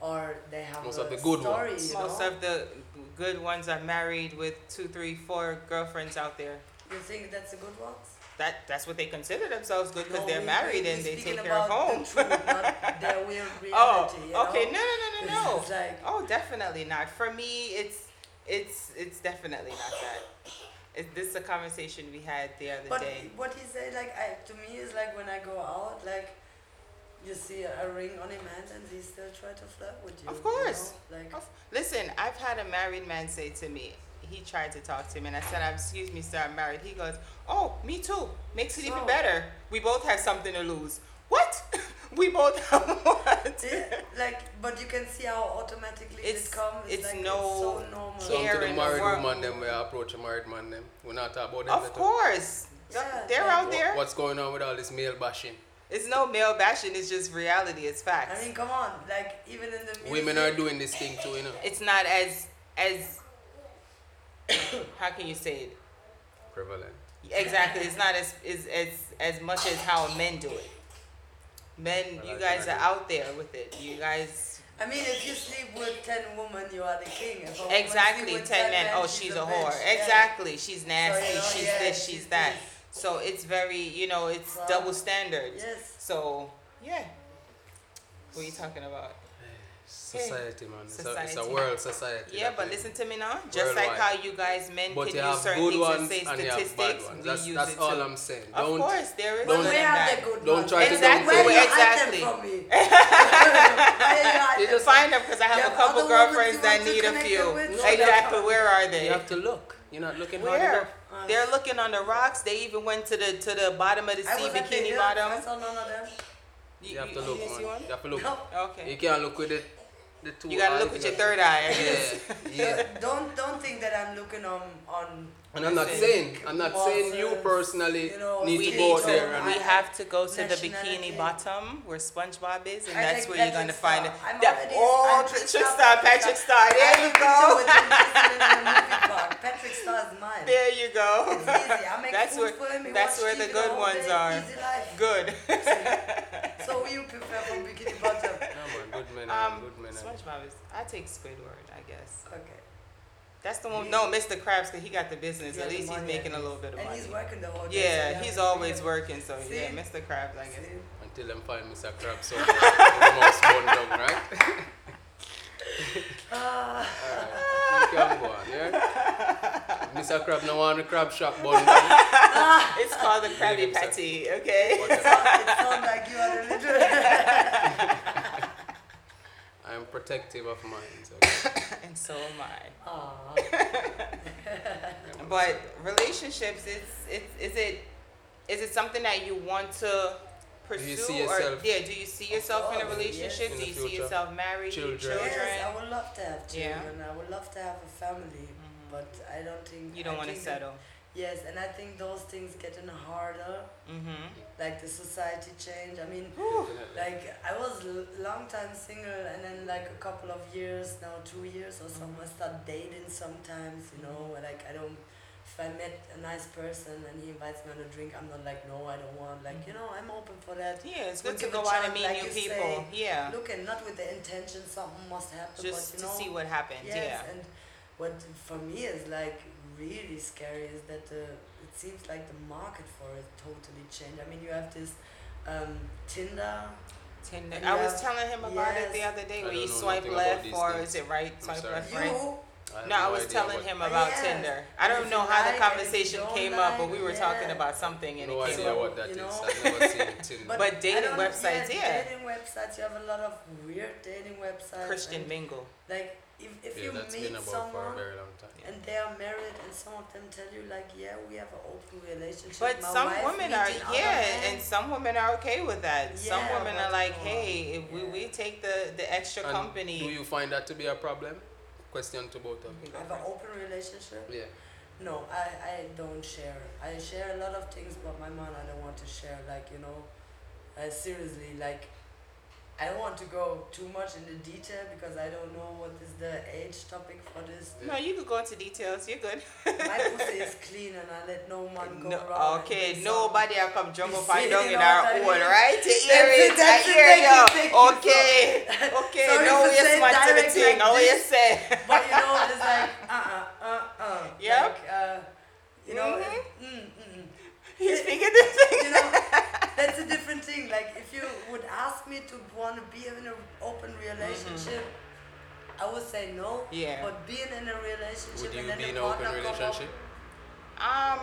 [SPEAKER 3] or they have
[SPEAKER 2] Most
[SPEAKER 3] a
[SPEAKER 2] of the good
[SPEAKER 3] story.
[SPEAKER 2] ones.
[SPEAKER 3] You
[SPEAKER 1] Most
[SPEAKER 3] know?
[SPEAKER 1] of the good ones are married with two, three, four girlfriends out there.
[SPEAKER 3] you think that's the good ones?
[SPEAKER 1] That that's what they consider themselves good because
[SPEAKER 3] No,
[SPEAKER 1] they're
[SPEAKER 3] we-
[SPEAKER 1] married
[SPEAKER 3] we-
[SPEAKER 1] and
[SPEAKER 3] we
[SPEAKER 1] they
[SPEAKER 3] speaking
[SPEAKER 1] take care of
[SPEAKER 3] about
[SPEAKER 1] home.
[SPEAKER 3] The truth, not their real reality.
[SPEAKER 1] Oh,
[SPEAKER 3] you know?
[SPEAKER 1] okay. No, no, no, no,
[SPEAKER 3] It's
[SPEAKER 1] no.
[SPEAKER 3] like
[SPEAKER 1] Oh, definitely not. For me, it's it's it's definitely not that. Is this is a conversation we had the other
[SPEAKER 3] But
[SPEAKER 1] day?
[SPEAKER 3] what he said, like I, to me, is like when I go out, like you see a ring on him hand, and he still try to flirt with you.
[SPEAKER 1] Of
[SPEAKER 3] you
[SPEAKER 1] course.
[SPEAKER 3] know? Like
[SPEAKER 1] Of- Listen, I've had a married man say to me, he tried to talk to him, and I said, "I'm- "Excuse me, sir, I'm married." He goes, "Oh, me too. Makes it even
[SPEAKER 3] So-
[SPEAKER 1] better. We both have something to lose. What? we both have what?
[SPEAKER 3] yeah, like, but you can see how automatically
[SPEAKER 1] It's-
[SPEAKER 3] it comes.
[SPEAKER 1] it's
[SPEAKER 3] like,
[SPEAKER 1] no-
[SPEAKER 3] it's so normal.
[SPEAKER 2] So
[SPEAKER 1] Here
[SPEAKER 2] to the
[SPEAKER 1] in the
[SPEAKER 2] married
[SPEAKER 1] world.
[SPEAKER 2] woman, them we approach a married man, them we not talk about them.
[SPEAKER 1] Of
[SPEAKER 2] at all.
[SPEAKER 1] course, Th-
[SPEAKER 3] Yeah,
[SPEAKER 1] they're
[SPEAKER 3] yeah.
[SPEAKER 1] out there.
[SPEAKER 2] What, what's going on with all this male bashing?
[SPEAKER 1] It's no male bashing. It's just reality. It's facts.
[SPEAKER 3] I mean, come on, like even in the music,
[SPEAKER 2] Women are doing this thing too, you know.
[SPEAKER 1] it's not as as how can you say it
[SPEAKER 2] Prevalent.
[SPEAKER 1] exactly it's not as is as as much as how men do it men
[SPEAKER 2] I
[SPEAKER 1] you
[SPEAKER 2] like
[SPEAKER 1] guys
[SPEAKER 2] that
[SPEAKER 1] are out there with it you guys
[SPEAKER 3] I mean, if you sleep with ten women, you are the king. If a woman sleep
[SPEAKER 1] exactly
[SPEAKER 3] with
[SPEAKER 1] 10 men oh she's a whore
[SPEAKER 3] bitch. Yeah.
[SPEAKER 1] exactly she's nasty
[SPEAKER 3] know,
[SPEAKER 1] she's
[SPEAKER 3] yeah,
[SPEAKER 1] this
[SPEAKER 3] she's
[SPEAKER 1] she's that
[SPEAKER 3] this.
[SPEAKER 1] so it's very you know it's
[SPEAKER 3] Well,
[SPEAKER 1] double standards
[SPEAKER 3] Yes.
[SPEAKER 1] so yeah what are you talking about
[SPEAKER 2] Society, man. It's, A, it's a
[SPEAKER 1] Society.
[SPEAKER 2] world society.
[SPEAKER 1] yeah
[SPEAKER 2] that
[SPEAKER 1] but
[SPEAKER 2] we-
[SPEAKER 1] listen to me now just like
[SPEAKER 2] Worldwide.
[SPEAKER 1] how you guys men
[SPEAKER 2] But you
[SPEAKER 1] can use
[SPEAKER 2] have
[SPEAKER 1] certain
[SPEAKER 2] good
[SPEAKER 1] things
[SPEAKER 2] ones
[SPEAKER 1] to say
[SPEAKER 2] and you have bad
[SPEAKER 1] statistics
[SPEAKER 2] ones.
[SPEAKER 1] we
[SPEAKER 2] That's,
[SPEAKER 1] use
[SPEAKER 2] that's
[SPEAKER 1] it
[SPEAKER 2] all
[SPEAKER 1] too.
[SPEAKER 2] I'm saying.
[SPEAKER 1] Of
[SPEAKER 2] Don't
[SPEAKER 1] course, there is
[SPEAKER 3] But
[SPEAKER 2] Don't-
[SPEAKER 1] good and
[SPEAKER 3] where are
[SPEAKER 1] bad.
[SPEAKER 3] the good
[SPEAKER 2] don't
[SPEAKER 3] ones?
[SPEAKER 2] try to
[SPEAKER 3] Exactly. Where
[SPEAKER 1] downplay.
[SPEAKER 3] you hide
[SPEAKER 1] Exactly.
[SPEAKER 3] them from me? Where
[SPEAKER 2] You
[SPEAKER 3] you hide them
[SPEAKER 2] just-
[SPEAKER 3] from
[SPEAKER 1] Find them because I have
[SPEAKER 3] Yeah,
[SPEAKER 1] a couple
[SPEAKER 3] other women
[SPEAKER 1] girlfriends
[SPEAKER 3] you
[SPEAKER 1] that
[SPEAKER 3] want to
[SPEAKER 1] need a
[SPEAKER 3] connect
[SPEAKER 1] few.
[SPEAKER 3] with,
[SPEAKER 2] No,
[SPEAKER 1] exactly,
[SPEAKER 3] that's-
[SPEAKER 1] where are they?
[SPEAKER 2] You have to look. You're not looking hard
[SPEAKER 1] Where?
[SPEAKER 2] enough.
[SPEAKER 3] Uh,
[SPEAKER 1] They're looking on the rocks. They even went to the to the bottom of the
[SPEAKER 3] I
[SPEAKER 1] sea,
[SPEAKER 3] was at the
[SPEAKER 1] bikini
[SPEAKER 3] Hills, I
[SPEAKER 1] bottom.
[SPEAKER 3] saw none of them.
[SPEAKER 2] You have to look,
[SPEAKER 1] didn't
[SPEAKER 2] man.
[SPEAKER 1] see one?
[SPEAKER 2] You have to look.
[SPEAKER 3] No.
[SPEAKER 2] You
[SPEAKER 1] Okay.
[SPEAKER 2] can't look with it. The two
[SPEAKER 1] You gotta
[SPEAKER 2] eyes,
[SPEAKER 1] look with your
[SPEAKER 2] nothing.
[SPEAKER 1] third eye. I guess.
[SPEAKER 2] Yeah, yeah.
[SPEAKER 3] Don't don't think that I'm looking on on.
[SPEAKER 2] And I'm not
[SPEAKER 1] Listen,
[SPEAKER 2] saying, I'm not saying you
[SPEAKER 3] Moses,
[SPEAKER 2] personally
[SPEAKER 3] you know,
[SPEAKER 2] need
[SPEAKER 1] We
[SPEAKER 2] to
[SPEAKER 1] need
[SPEAKER 2] go
[SPEAKER 1] to-
[SPEAKER 2] out there
[SPEAKER 1] we
[SPEAKER 2] and
[SPEAKER 3] I-
[SPEAKER 1] have to go to the
[SPEAKER 3] Nationality.
[SPEAKER 1] bikini bottom where SpongeBob is, and
[SPEAKER 3] I
[SPEAKER 1] that's
[SPEAKER 3] like
[SPEAKER 1] where you're gonna
[SPEAKER 3] Patrick
[SPEAKER 1] find it.
[SPEAKER 3] Star. I'm
[SPEAKER 1] That-
[SPEAKER 3] already-
[SPEAKER 1] oh,
[SPEAKER 3] I'm
[SPEAKER 1] Patrick
[SPEAKER 3] Patrick
[SPEAKER 1] Star,
[SPEAKER 3] Star.
[SPEAKER 1] Patrick Star.
[SPEAKER 3] I
[SPEAKER 1] There you
[SPEAKER 3] have a picture
[SPEAKER 1] go.
[SPEAKER 3] with him sitting in a movie park. Patrick Star is mine.
[SPEAKER 1] There you
[SPEAKER 3] It's
[SPEAKER 1] go.
[SPEAKER 3] easy. I make
[SPEAKER 1] That's
[SPEAKER 3] food
[SPEAKER 1] where-
[SPEAKER 3] for him. He
[SPEAKER 1] that's
[SPEAKER 3] watch
[SPEAKER 1] where the
[SPEAKER 3] TV
[SPEAKER 1] good
[SPEAKER 3] whole
[SPEAKER 1] ones
[SPEAKER 3] day.
[SPEAKER 1] are.
[SPEAKER 3] Easy life.
[SPEAKER 1] Good.
[SPEAKER 3] So who you prefer from Bikini Bottom?
[SPEAKER 2] No, man, good men, are-
[SPEAKER 1] Um,
[SPEAKER 2] good men. are-
[SPEAKER 1] SpongeBob is. I take Squidward, I guess.
[SPEAKER 3] Okay.
[SPEAKER 1] That's the one. No, Mr. Krabs, cause he got the business.
[SPEAKER 3] He
[SPEAKER 1] At
[SPEAKER 3] has the
[SPEAKER 1] least he's
[SPEAKER 3] money,
[SPEAKER 1] making a
[SPEAKER 3] at
[SPEAKER 1] little bit of
[SPEAKER 3] And
[SPEAKER 1] money.
[SPEAKER 3] he's working the whole day. so
[SPEAKER 1] Yeah,
[SPEAKER 3] yeah,
[SPEAKER 1] he's
[SPEAKER 3] we
[SPEAKER 1] always
[SPEAKER 3] can-
[SPEAKER 1] working, so
[SPEAKER 3] See?
[SPEAKER 1] yeah, Mr. Krabs, I guess.
[SPEAKER 3] See?
[SPEAKER 2] Until them find Mr. Crab somewhere. Almost burned down, right?
[SPEAKER 3] Ah.
[SPEAKER 2] Alright, you can go on, yeah? Mr. Crab no want the crab shop burned down.
[SPEAKER 1] It's called the Krabby
[SPEAKER 2] himself.
[SPEAKER 1] Patty, okay?
[SPEAKER 2] Whatever.
[SPEAKER 3] it sounds like you are the little.
[SPEAKER 2] I'm protective of mine. So.
[SPEAKER 1] and so am I.
[SPEAKER 3] Aw.
[SPEAKER 1] But relationships, it's it's is it is it something that you want to pursue
[SPEAKER 2] you see
[SPEAKER 1] or
[SPEAKER 2] yourself-
[SPEAKER 1] yeah, do you see yourself in a
[SPEAKER 3] course,
[SPEAKER 1] relationship?
[SPEAKER 2] yes.
[SPEAKER 1] Do
[SPEAKER 2] In
[SPEAKER 1] you
[SPEAKER 2] the
[SPEAKER 1] see
[SPEAKER 2] future.
[SPEAKER 1] yourself married,
[SPEAKER 2] Children.
[SPEAKER 1] children?
[SPEAKER 3] Yes, I would love to have
[SPEAKER 1] Yeah.
[SPEAKER 3] children. I would love to have a family, but I don't think
[SPEAKER 1] Mm-hmm. You don't
[SPEAKER 3] I
[SPEAKER 1] want to
[SPEAKER 3] think that-
[SPEAKER 1] settle.
[SPEAKER 3] Yes, and I think those things getting harder,
[SPEAKER 1] Mm-hmm.
[SPEAKER 3] like the society change. I mean,
[SPEAKER 2] Definitely.
[SPEAKER 3] like I was l- long time single, and then like a couple of years now, two years or so, I start dating sometimes. You know, where, like I don't. If I met a nice person and he invites me on a drink, I'm not like no, I don't want. Like you know, I'm open for that.
[SPEAKER 1] Yeah, it's
[SPEAKER 3] We
[SPEAKER 1] good to
[SPEAKER 3] give
[SPEAKER 1] go
[SPEAKER 3] a
[SPEAKER 1] out and
[SPEAKER 3] chance,
[SPEAKER 1] meet
[SPEAKER 3] like
[SPEAKER 1] new
[SPEAKER 3] you
[SPEAKER 1] people.
[SPEAKER 3] say,
[SPEAKER 1] yeah.
[SPEAKER 3] Look and not with the intention something must happen,
[SPEAKER 1] Just
[SPEAKER 3] but
[SPEAKER 1] to
[SPEAKER 3] you know,
[SPEAKER 1] see what happens.
[SPEAKER 3] Yes, and what for me is like really scary is that the it seems like the market for it totally changed. I mean, you have this um, Tinder.
[SPEAKER 1] Yeah. Tinder.
[SPEAKER 3] Yeah.
[SPEAKER 1] I was telling him about it the
[SPEAKER 3] Yes.
[SPEAKER 1] other day
[SPEAKER 2] I
[SPEAKER 1] where you
[SPEAKER 2] don't know
[SPEAKER 1] swipe
[SPEAKER 2] nothing about
[SPEAKER 1] left
[SPEAKER 2] these
[SPEAKER 1] or
[SPEAKER 2] things.
[SPEAKER 1] is it right?
[SPEAKER 2] I'm
[SPEAKER 1] Swipe
[SPEAKER 2] sorry.
[SPEAKER 1] left,
[SPEAKER 3] You
[SPEAKER 1] right?
[SPEAKER 2] have
[SPEAKER 1] No, I was
[SPEAKER 2] idea
[SPEAKER 1] telling
[SPEAKER 2] what-
[SPEAKER 1] him
[SPEAKER 3] Oh,
[SPEAKER 1] about
[SPEAKER 3] yes.
[SPEAKER 1] Tinder. I
[SPEAKER 3] If
[SPEAKER 1] don't
[SPEAKER 3] you
[SPEAKER 1] know how the
[SPEAKER 3] like and if you
[SPEAKER 1] conversation
[SPEAKER 3] don't
[SPEAKER 1] came up, but
[SPEAKER 3] like,
[SPEAKER 1] we were
[SPEAKER 3] yeah.
[SPEAKER 1] talking about something and
[SPEAKER 2] No
[SPEAKER 1] it came
[SPEAKER 2] idea
[SPEAKER 1] up.
[SPEAKER 2] what that
[SPEAKER 3] you
[SPEAKER 2] is.
[SPEAKER 3] know.
[SPEAKER 2] I've never seen it in
[SPEAKER 1] But dating
[SPEAKER 3] I don't-
[SPEAKER 1] websites, yeah.
[SPEAKER 3] Dating websites, you have a lot of weird dating websites.
[SPEAKER 1] Christian
[SPEAKER 3] and,
[SPEAKER 1] mingle.
[SPEAKER 3] Like if if
[SPEAKER 2] yeah,
[SPEAKER 3] you
[SPEAKER 2] that's
[SPEAKER 3] meet
[SPEAKER 2] been about for a
[SPEAKER 3] someone.
[SPEAKER 2] very long time.
[SPEAKER 3] And they are married, and some of them tell you like, "Yeah, we have an open relationship."
[SPEAKER 1] But
[SPEAKER 3] My
[SPEAKER 1] some
[SPEAKER 3] wife
[SPEAKER 1] women are,
[SPEAKER 3] meeting other
[SPEAKER 1] yeah,
[SPEAKER 3] men.
[SPEAKER 1] and some women are okay with that. some
[SPEAKER 3] Yeah,
[SPEAKER 1] women are
[SPEAKER 3] but,
[SPEAKER 1] like,
[SPEAKER 3] um,
[SPEAKER 1] hey, if we,
[SPEAKER 3] yeah.
[SPEAKER 1] we take the, the extra
[SPEAKER 2] And
[SPEAKER 1] company.
[SPEAKER 2] Do you find that to be a problem? Question to both of
[SPEAKER 1] You
[SPEAKER 2] you.
[SPEAKER 1] go
[SPEAKER 3] have an
[SPEAKER 1] first.
[SPEAKER 3] open relationship.
[SPEAKER 2] Yeah.
[SPEAKER 3] No, I, I don't share. I share a lot of things, but my man, I don't want to share. Like, you know, uh, seriously, like, I don't want to go too much in the detail because I don't know what is the age topic for this.
[SPEAKER 1] No, you could go into details. You're good.
[SPEAKER 3] My pussy is clean and I let no man go
[SPEAKER 1] No,
[SPEAKER 3] around. and
[SPEAKER 1] okay,
[SPEAKER 3] do something.
[SPEAKER 1] nobody will come jump
[SPEAKER 3] You
[SPEAKER 1] up and
[SPEAKER 3] see,
[SPEAKER 1] down
[SPEAKER 3] you
[SPEAKER 1] in
[SPEAKER 3] know
[SPEAKER 1] our
[SPEAKER 3] what I
[SPEAKER 1] own,
[SPEAKER 3] mean?
[SPEAKER 1] right? You
[SPEAKER 3] That's
[SPEAKER 1] hear
[SPEAKER 3] it,
[SPEAKER 1] it, I
[SPEAKER 3] that's it,
[SPEAKER 1] hear
[SPEAKER 3] thank you, thank
[SPEAKER 1] you.
[SPEAKER 3] you so-
[SPEAKER 1] Okay, okay,
[SPEAKER 3] Sorry
[SPEAKER 1] no
[SPEAKER 3] for
[SPEAKER 1] yes
[SPEAKER 3] saying
[SPEAKER 1] man to the
[SPEAKER 3] direct
[SPEAKER 1] thing.
[SPEAKER 3] like
[SPEAKER 1] Oh yes
[SPEAKER 3] this.
[SPEAKER 1] say.
[SPEAKER 3] But you know, it's like, uh uh, uh uh.
[SPEAKER 1] Yep.
[SPEAKER 3] Like, uh, you know,
[SPEAKER 1] Mhm.
[SPEAKER 3] mm, mm, mm.
[SPEAKER 1] He's speaking this thing.
[SPEAKER 3] you know, that's a different thing. Like if you would ask me to want to be in an open relationship, I would say no.
[SPEAKER 1] Yeah.
[SPEAKER 3] But being in a relationship
[SPEAKER 2] Would you
[SPEAKER 3] and then
[SPEAKER 2] be in
[SPEAKER 3] the
[SPEAKER 2] an open
[SPEAKER 3] partner come up-
[SPEAKER 2] relationship?
[SPEAKER 1] Um,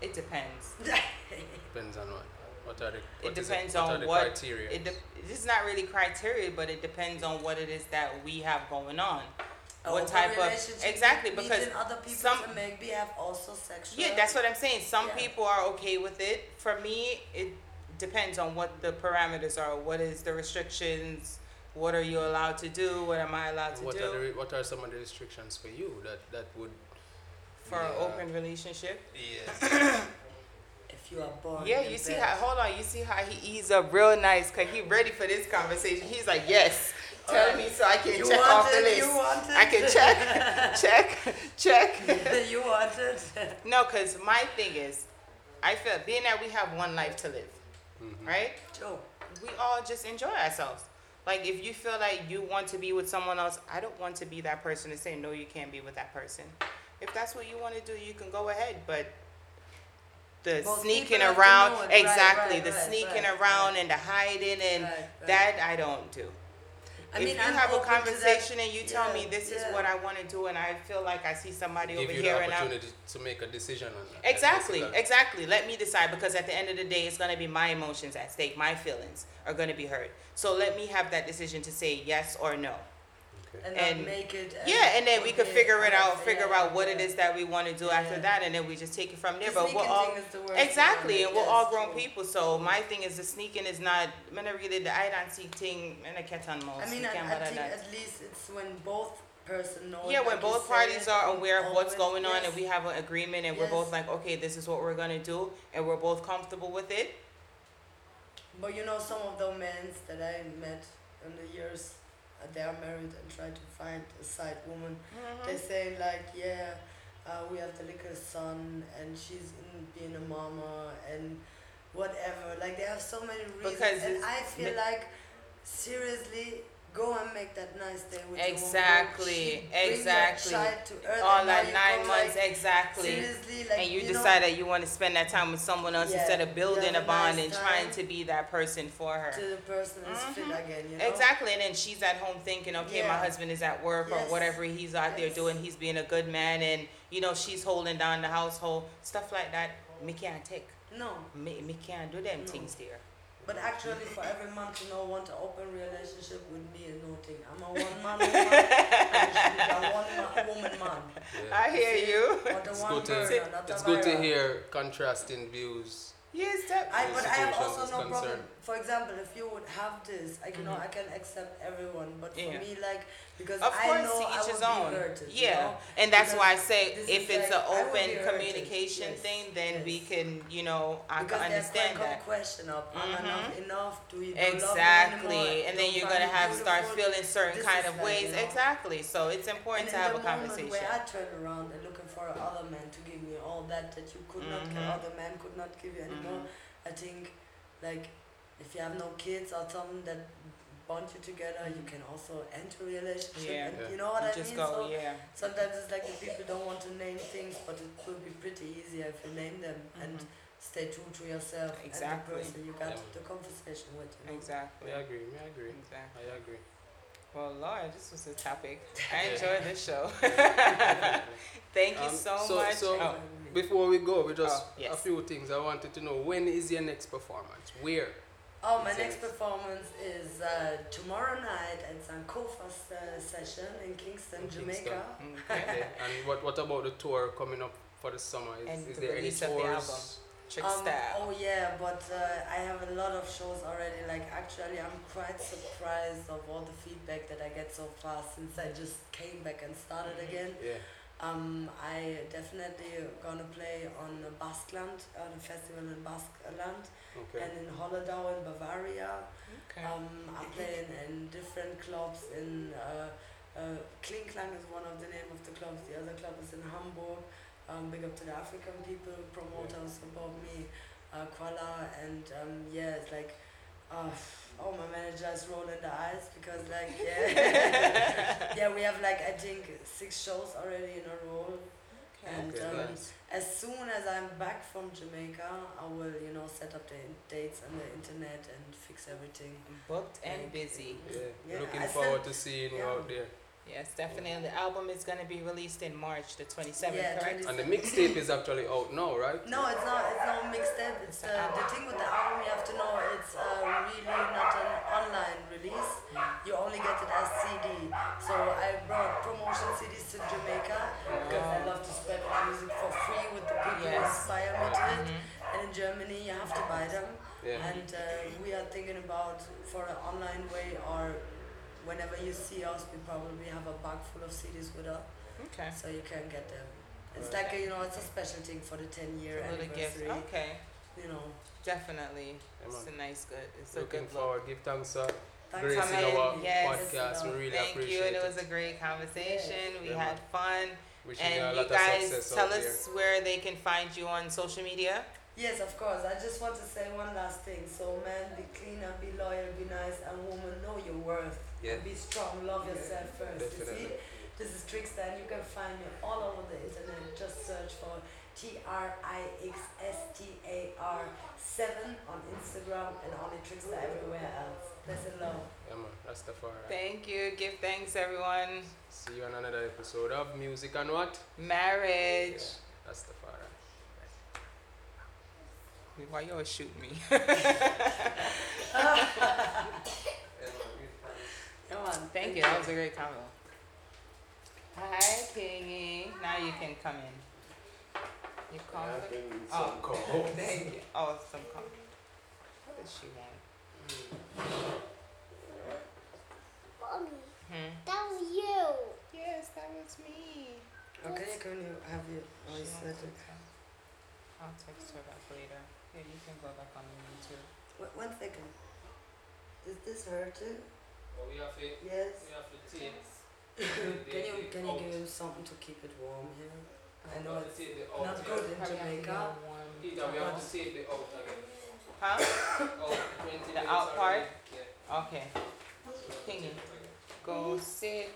[SPEAKER 1] it depends.
[SPEAKER 2] Depends on what. What are the? what
[SPEAKER 1] It
[SPEAKER 2] is
[SPEAKER 1] depends
[SPEAKER 2] what
[SPEAKER 1] on
[SPEAKER 2] are the
[SPEAKER 1] what-
[SPEAKER 2] criteria.
[SPEAKER 1] It de- it's not really criteria, but it depends on what it is that we have going on. What
[SPEAKER 3] Open
[SPEAKER 1] type of-
[SPEAKER 3] relationship,
[SPEAKER 1] exactly,
[SPEAKER 3] meeting
[SPEAKER 1] because
[SPEAKER 3] other people
[SPEAKER 1] some-
[SPEAKER 3] to make behave also sexual.
[SPEAKER 1] Yeah, that's what I'm saying. Some
[SPEAKER 3] Yeah.
[SPEAKER 1] people are okay with it. For me, it depends on what the parameters are. What is the restrictions? What are you allowed to do? What am I allowed to
[SPEAKER 2] what
[SPEAKER 1] do
[SPEAKER 2] are the, what are some of the restrictions for you that that would?
[SPEAKER 1] for an
[SPEAKER 2] Yeah.
[SPEAKER 1] open relationship?
[SPEAKER 2] Yes.
[SPEAKER 3] If you are born.
[SPEAKER 1] Yeah,
[SPEAKER 3] in
[SPEAKER 1] you see
[SPEAKER 3] bed.
[SPEAKER 1] how. Hold on, you see how he he's up real nice because he ready for this conversation. He's like, yes, tell me so I can
[SPEAKER 3] Uh, You
[SPEAKER 1] check
[SPEAKER 3] want
[SPEAKER 1] off the
[SPEAKER 3] it,
[SPEAKER 1] list.
[SPEAKER 3] you want
[SPEAKER 1] I can
[SPEAKER 3] it.
[SPEAKER 1] check, check, check.
[SPEAKER 3] you want it.
[SPEAKER 1] No, because my thing is, I feel being that we have one life to live, right?
[SPEAKER 3] Joe.
[SPEAKER 1] We all just enjoy ourselves. Like, if you feel like you want to be with someone else, I don't want to be that person to say, no, you can't be with that person. If that's what you want to do, you can go ahead, but the
[SPEAKER 3] Most
[SPEAKER 1] sneaking
[SPEAKER 3] people have to
[SPEAKER 1] around,
[SPEAKER 3] know it. Right,
[SPEAKER 1] exactly,
[SPEAKER 3] right,
[SPEAKER 1] the
[SPEAKER 3] right,
[SPEAKER 1] sneaking
[SPEAKER 3] right,
[SPEAKER 1] around
[SPEAKER 3] right.
[SPEAKER 1] and the hiding, and
[SPEAKER 3] Right, right.
[SPEAKER 1] that I don't do
[SPEAKER 3] I
[SPEAKER 1] if
[SPEAKER 3] mean,
[SPEAKER 1] you
[SPEAKER 3] I'm
[SPEAKER 1] have a
[SPEAKER 3] open to that.
[SPEAKER 1] conversation and you tell me
[SPEAKER 3] Yeah,
[SPEAKER 1] this is
[SPEAKER 3] yeah.
[SPEAKER 1] what I want to do, and I feel like I see somebody
[SPEAKER 2] Give
[SPEAKER 1] over
[SPEAKER 2] you
[SPEAKER 1] here,
[SPEAKER 2] the
[SPEAKER 1] and I'm
[SPEAKER 2] opportunity to make a decision on that. That's
[SPEAKER 1] Exactly,
[SPEAKER 2] basically-
[SPEAKER 1] exactly. Let me decide because at the end of the day, it's going to be my emotions at stake. My feelings are going to be hurt. So let me have that decision to say yes or no.
[SPEAKER 3] and,
[SPEAKER 1] and-
[SPEAKER 3] not make it.
[SPEAKER 1] yeah, and then we can
[SPEAKER 3] okay,
[SPEAKER 1] figure it
[SPEAKER 3] I
[SPEAKER 1] out,
[SPEAKER 3] see,
[SPEAKER 1] figure
[SPEAKER 3] yeah,
[SPEAKER 1] out what it
[SPEAKER 3] yeah.
[SPEAKER 1] is that we want to do after
[SPEAKER 3] Yeah.
[SPEAKER 1] that, and then we just take it from there.
[SPEAKER 3] The
[SPEAKER 1] But we're
[SPEAKER 3] sneaking
[SPEAKER 1] all
[SPEAKER 3] thing is the worst
[SPEAKER 1] exactly,
[SPEAKER 3] one,
[SPEAKER 1] and we're
[SPEAKER 3] yes,
[SPEAKER 1] all grown
[SPEAKER 3] true.
[SPEAKER 1] people. So my thing is the sneaking is not. I really the I don't see thing and I can't
[SPEAKER 3] I mean, I, I think at least it's when both person know.
[SPEAKER 1] Yeah,
[SPEAKER 3] it,
[SPEAKER 1] when
[SPEAKER 3] like you
[SPEAKER 1] both
[SPEAKER 3] said,
[SPEAKER 1] parties are aware of what's
[SPEAKER 3] always-
[SPEAKER 1] going on and
[SPEAKER 3] yes.
[SPEAKER 1] we have an agreement and we're both
[SPEAKER 3] Yes.
[SPEAKER 1] like, okay, this is what we're gonna do, and we're both comfortable with it.
[SPEAKER 3] But you know, some of the men that I met in the years, uh, they are married and try to find a side woman. They say like, yeah, uh, we have the little son, and she's in being a mama, and whatever. Like they have so many reasons,
[SPEAKER 1] Because
[SPEAKER 3] and
[SPEAKER 1] it's
[SPEAKER 3] I feel
[SPEAKER 1] ma-
[SPEAKER 3] like seriously. Go and make that nice day with
[SPEAKER 1] Exactly,
[SPEAKER 3] your woman. She bring
[SPEAKER 1] exactly.
[SPEAKER 3] That child to earth
[SPEAKER 1] All
[SPEAKER 3] and now
[SPEAKER 1] that
[SPEAKER 3] you
[SPEAKER 1] nine
[SPEAKER 3] come,
[SPEAKER 1] months,
[SPEAKER 3] like,
[SPEAKER 1] exactly.
[SPEAKER 3] Seriously, like
[SPEAKER 1] and you,
[SPEAKER 3] know,
[SPEAKER 1] decide that you want to spend that time with someone else
[SPEAKER 3] Yeah,
[SPEAKER 1] instead of
[SPEAKER 3] you
[SPEAKER 1] building a
[SPEAKER 3] have a
[SPEAKER 1] bond
[SPEAKER 3] nice
[SPEAKER 1] and trying
[SPEAKER 3] time.
[SPEAKER 1] to be that person for her.
[SPEAKER 3] till the person is fit
[SPEAKER 1] Mhm.
[SPEAKER 3] again. You know?
[SPEAKER 1] Exactly, and then she's at home thinking, okay, my
[SPEAKER 3] Yeah.
[SPEAKER 1] husband is at work or
[SPEAKER 3] Yes.
[SPEAKER 1] whatever he's out there
[SPEAKER 3] Yes.
[SPEAKER 1] doing, he's being a good man, and you know she's holding down the household, stuff like that. Me can't take,
[SPEAKER 3] No,
[SPEAKER 1] me, me can't do them
[SPEAKER 3] No.
[SPEAKER 1] things, dear.
[SPEAKER 3] but actually, for every month, you know, want to open relationship with me and nothing. I'm a one man woman. and she's a one ma- woman man.
[SPEAKER 2] Yeah.
[SPEAKER 1] I hear
[SPEAKER 3] See?
[SPEAKER 1] you.
[SPEAKER 3] Not a
[SPEAKER 2] It's
[SPEAKER 3] one
[SPEAKER 2] good to-
[SPEAKER 3] burner, not a
[SPEAKER 2] It's good to
[SPEAKER 3] viral.
[SPEAKER 2] hear contrasting views.
[SPEAKER 1] Yes, that.
[SPEAKER 3] I,
[SPEAKER 2] the
[SPEAKER 3] but I have
[SPEAKER 2] situation
[SPEAKER 3] also
[SPEAKER 2] is
[SPEAKER 3] no problem.
[SPEAKER 2] concerned.
[SPEAKER 3] For example, if you would have this, I can, know
[SPEAKER 1] Mhm.
[SPEAKER 3] I can accept everyone. But for
[SPEAKER 1] Yeah.
[SPEAKER 3] me, like because
[SPEAKER 1] Of
[SPEAKER 3] I
[SPEAKER 1] course,
[SPEAKER 3] know I
[SPEAKER 1] to each his
[SPEAKER 3] would
[SPEAKER 1] own.
[SPEAKER 3] be hurted. you
[SPEAKER 1] yeah,
[SPEAKER 3] know?
[SPEAKER 1] and that's why I
[SPEAKER 3] Because
[SPEAKER 1] say
[SPEAKER 3] this
[SPEAKER 1] if
[SPEAKER 3] is
[SPEAKER 1] it's
[SPEAKER 3] like,
[SPEAKER 1] an
[SPEAKER 3] I would be
[SPEAKER 1] open
[SPEAKER 3] hurted.
[SPEAKER 1] communication
[SPEAKER 3] Yes,
[SPEAKER 1] thing, then we
[SPEAKER 3] yes.
[SPEAKER 1] can, you know, I
[SPEAKER 3] because
[SPEAKER 1] can
[SPEAKER 3] there's
[SPEAKER 1] understand
[SPEAKER 3] quite
[SPEAKER 1] that. Mm-hmm.
[SPEAKER 3] a question of am I not enough? Do you don't love me
[SPEAKER 1] Exactly,
[SPEAKER 3] anymore?
[SPEAKER 1] and then
[SPEAKER 3] Don't
[SPEAKER 1] you're
[SPEAKER 3] find
[SPEAKER 1] gonna
[SPEAKER 3] me
[SPEAKER 1] have start
[SPEAKER 3] beautiful?
[SPEAKER 1] feeling certain
[SPEAKER 3] This
[SPEAKER 1] kind
[SPEAKER 3] is
[SPEAKER 1] of
[SPEAKER 3] like,
[SPEAKER 1] ways.
[SPEAKER 3] you know.
[SPEAKER 1] Exactly, so it's important
[SPEAKER 3] And
[SPEAKER 1] to
[SPEAKER 3] in
[SPEAKER 1] have
[SPEAKER 3] the
[SPEAKER 1] a
[SPEAKER 3] moment
[SPEAKER 1] conversation.
[SPEAKER 3] where I turn around and looking for other men to give me all that that you could not give,
[SPEAKER 1] Mhm.
[SPEAKER 3] other men could not give you
[SPEAKER 1] Mm-hmm.
[SPEAKER 3] anymore, I think, like, if you have no kids or something that bond you together, you can also enter a relationship.
[SPEAKER 1] Mm-hmm. Yeah.
[SPEAKER 3] And
[SPEAKER 2] Yeah.
[SPEAKER 3] you know what
[SPEAKER 1] You
[SPEAKER 3] I
[SPEAKER 1] just
[SPEAKER 3] mean?
[SPEAKER 1] go,
[SPEAKER 3] so
[SPEAKER 1] yeah.
[SPEAKER 3] sometimes it's like the people don't want to name things, but it will be pretty easier if you name them and
[SPEAKER 1] Mhm.
[SPEAKER 3] stay true to yourself
[SPEAKER 1] Exactly.
[SPEAKER 3] and the person you got
[SPEAKER 2] Yeah.
[SPEAKER 3] the conversation with. You know?
[SPEAKER 1] Exactly.
[SPEAKER 2] I agree. I agree.
[SPEAKER 1] Exactly.
[SPEAKER 2] I agree.
[SPEAKER 1] Well, Lord, this was a topic. I
[SPEAKER 2] Yeah.
[SPEAKER 1] enjoyed this show. Thank you
[SPEAKER 2] Um,
[SPEAKER 1] so,
[SPEAKER 2] so-
[SPEAKER 1] much.
[SPEAKER 2] so-
[SPEAKER 1] oh,
[SPEAKER 2] Before we go, we just
[SPEAKER 1] Oh, yes.
[SPEAKER 2] a few things I wanted to know. When is your next performance? Where?
[SPEAKER 3] Oh, my
[SPEAKER 2] It's
[SPEAKER 3] next
[SPEAKER 2] a-
[SPEAKER 3] performance is uh, tomorrow night at Sankofa's uh, session in Kingston,
[SPEAKER 2] In
[SPEAKER 3] Jamaica.
[SPEAKER 2] Kingston.
[SPEAKER 1] Oh, okay.
[SPEAKER 2] Okay. and what what about the tour coming up for the summer? Is,
[SPEAKER 1] And
[SPEAKER 2] is
[SPEAKER 1] the
[SPEAKER 2] there any
[SPEAKER 1] release of the
[SPEAKER 2] tours?
[SPEAKER 1] Trick
[SPEAKER 3] Um,
[SPEAKER 1] style.
[SPEAKER 3] oh yeah, but uh, I have a lot of shows already. Like actually, I'm quite surprised of all the feedback that I get so far since I just came back and started again.
[SPEAKER 2] Yeah.
[SPEAKER 3] Um, I definitely gonna play on Baskeland, on a festival in Baskeland,
[SPEAKER 2] Okay.
[SPEAKER 3] and in Holledau in Bavaria.
[SPEAKER 1] Okay.
[SPEAKER 3] Um, I play in, in different clubs. In uh, uh, Klingklang is one of the name of the clubs. The other club is in Hamburg. Um, big up to the African people, promoters above me, uh, Kuala, and um, yeah, it's like, uh, oh, my manager is rolling the eyes because like yeah, yeah, we have like I think six shows already in a row. And
[SPEAKER 2] okay.
[SPEAKER 3] um,
[SPEAKER 2] nice.
[SPEAKER 3] as soon as I'm back from Jamaica, I will you know set up the dates on the internet and fix everything.
[SPEAKER 1] Booked and busy.
[SPEAKER 2] Yeah.
[SPEAKER 3] yeah,
[SPEAKER 2] Looking
[SPEAKER 3] I
[SPEAKER 2] forward
[SPEAKER 3] sent-
[SPEAKER 2] to seeing you
[SPEAKER 3] yeah.
[SPEAKER 2] out there.
[SPEAKER 1] Yes, definitely. The album is gonna be released in March the 27th,
[SPEAKER 3] Yeah,
[SPEAKER 1] correct?
[SPEAKER 2] And the mixtape is actually out now, right?
[SPEAKER 3] No, it's not. It's not mixtape.
[SPEAKER 1] It's
[SPEAKER 3] It's
[SPEAKER 1] an
[SPEAKER 3] uh, the
[SPEAKER 1] album.
[SPEAKER 3] thing with the album. You have to know it's uh, really not an online release. You only get it as CD. So I brought promotion CDs to Jamaica because
[SPEAKER 1] Oh.
[SPEAKER 3] I love to spread my music for free with the people who
[SPEAKER 1] Yes.
[SPEAKER 3] inspire me to it.
[SPEAKER 1] Mm-hmm.
[SPEAKER 3] And in Germany, you have to buy them.
[SPEAKER 2] Yeah.
[SPEAKER 3] And uh, we are thinking about for an online way or whenever you see us, we probably have a bag full of CDs with us
[SPEAKER 1] Okay.
[SPEAKER 3] so you can get them. It's like a, you know, it's a special thing for the 10 year
[SPEAKER 1] A little gift.
[SPEAKER 3] anniversary.
[SPEAKER 1] Okay.
[SPEAKER 3] You know,
[SPEAKER 1] Definitely.
[SPEAKER 2] Yeah,
[SPEAKER 1] It's
[SPEAKER 2] man.
[SPEAKER 1] a nice good it's a
[SPEAKER 2] Looking
[SPEAKER 1] good look.
[SPEAKER 2] forward. Give thanks to
[SPEAKER 3] thanks
[SPEAKER 2] Grace
[SPEAKER 3] for
[SPEAKER 2] in
[SPEAKER 1] coming.
[SPEAKER 2] our
[SPEAKER 3] having me.
[SPEAKER 1] Yes.
[SPEAKER 2] podcast. We really
[SPEAKER 1] Thank you.
[SPEAKER 2] appreciate
[SPEAKER 1] It was
[SPEAKER 2] it.
[SPEAKER 1] a great conversation. We
[SPEAKER 2] Very
[SPEAKER 1] had fun.
[SPEAKER 2] Wishing you a
[SPEAKER 1] And you
[SPEAKER 2] lot of
[SPEAKER 1] guys
[SPEAKER 2] success
[SPEAKER 1] tell
[SPEAKER 2] out
[SPEAKER 1] us where they can find you on social media.
[SPEAKER 3] Yes, of course. I just want to say one last thing. So, man, be clean and be loyal, be nice, and woman, know your worth.
[SPEAKER 2] Yeah.
[SPEAKER 3] Be strong, love yourself first. You see,
[SPEAKER 2] Definitely.
[SPEAKER 3] this is Trickster, and you can find me all over the internet. Just search for T R I X S T A R 7 on Instagram and only Trickster everywhere else. Bless and love.
[SPEAKER 2] Yeah, man. That's the far.
[SPEAKER 1] Thank you. Give thanks everyone.
[SPEAKER 2] See you on another episode of Music and What? Yeah,
[SPEAKER 1] Marriage.
[SPEAKER 2] that's the far.
[SPEAKER 1] Why you always shoot me?
[SPEAKER 3] Come on.
[SPEAKER 1] Thank you. That was a great combo. Hi, Kingy. Now you can come in. You comfortable? Oh, Thank you. Oh, some comfort. What does she want?
[SPEAKER 2] Mm.
[SPEAKER 4] Mommy,
[SPEAKER 1] Hmm.
[SPEAKER 4] that was you.
[SPEAKER 1] Yes, that was me.
[SPEAKER 3] Okay, can you have your
[SPEAKER 1] She
[SPEAKER 3] voice?
[SPEAKER 1] wants to talk. I'll text her back later. Here, you can go back on the YouTube.
[SPEAKER 3] Wait, one second. Is this her too?
[SPEAKER 2] Oh, we have to,
[SPEAKER 3] Yes.
[SPEAKER 2] we have to take.
[SPEAKER 3] Can you can you give him something to keep it warm here? I know it's not good
[SPEAKER 1] Probably
[SPEAKER 3] in
[SPEAKER 1] have to
[SPEAKER 3] Jamaica.
[SPEAKER 1] get one.
[SPEAKER 2] Peter, we have to save the out again.
[SPEAKER 1] Huh?
[SPEAKER 2] Out, 20 minutes
[SPEAKER 1] out
[SPEAKER 2] already.
[SPEAKER 1] part?
[SPEAKER 2] Yeah.
[SPEAKER 1] Okay. Kingy, go sit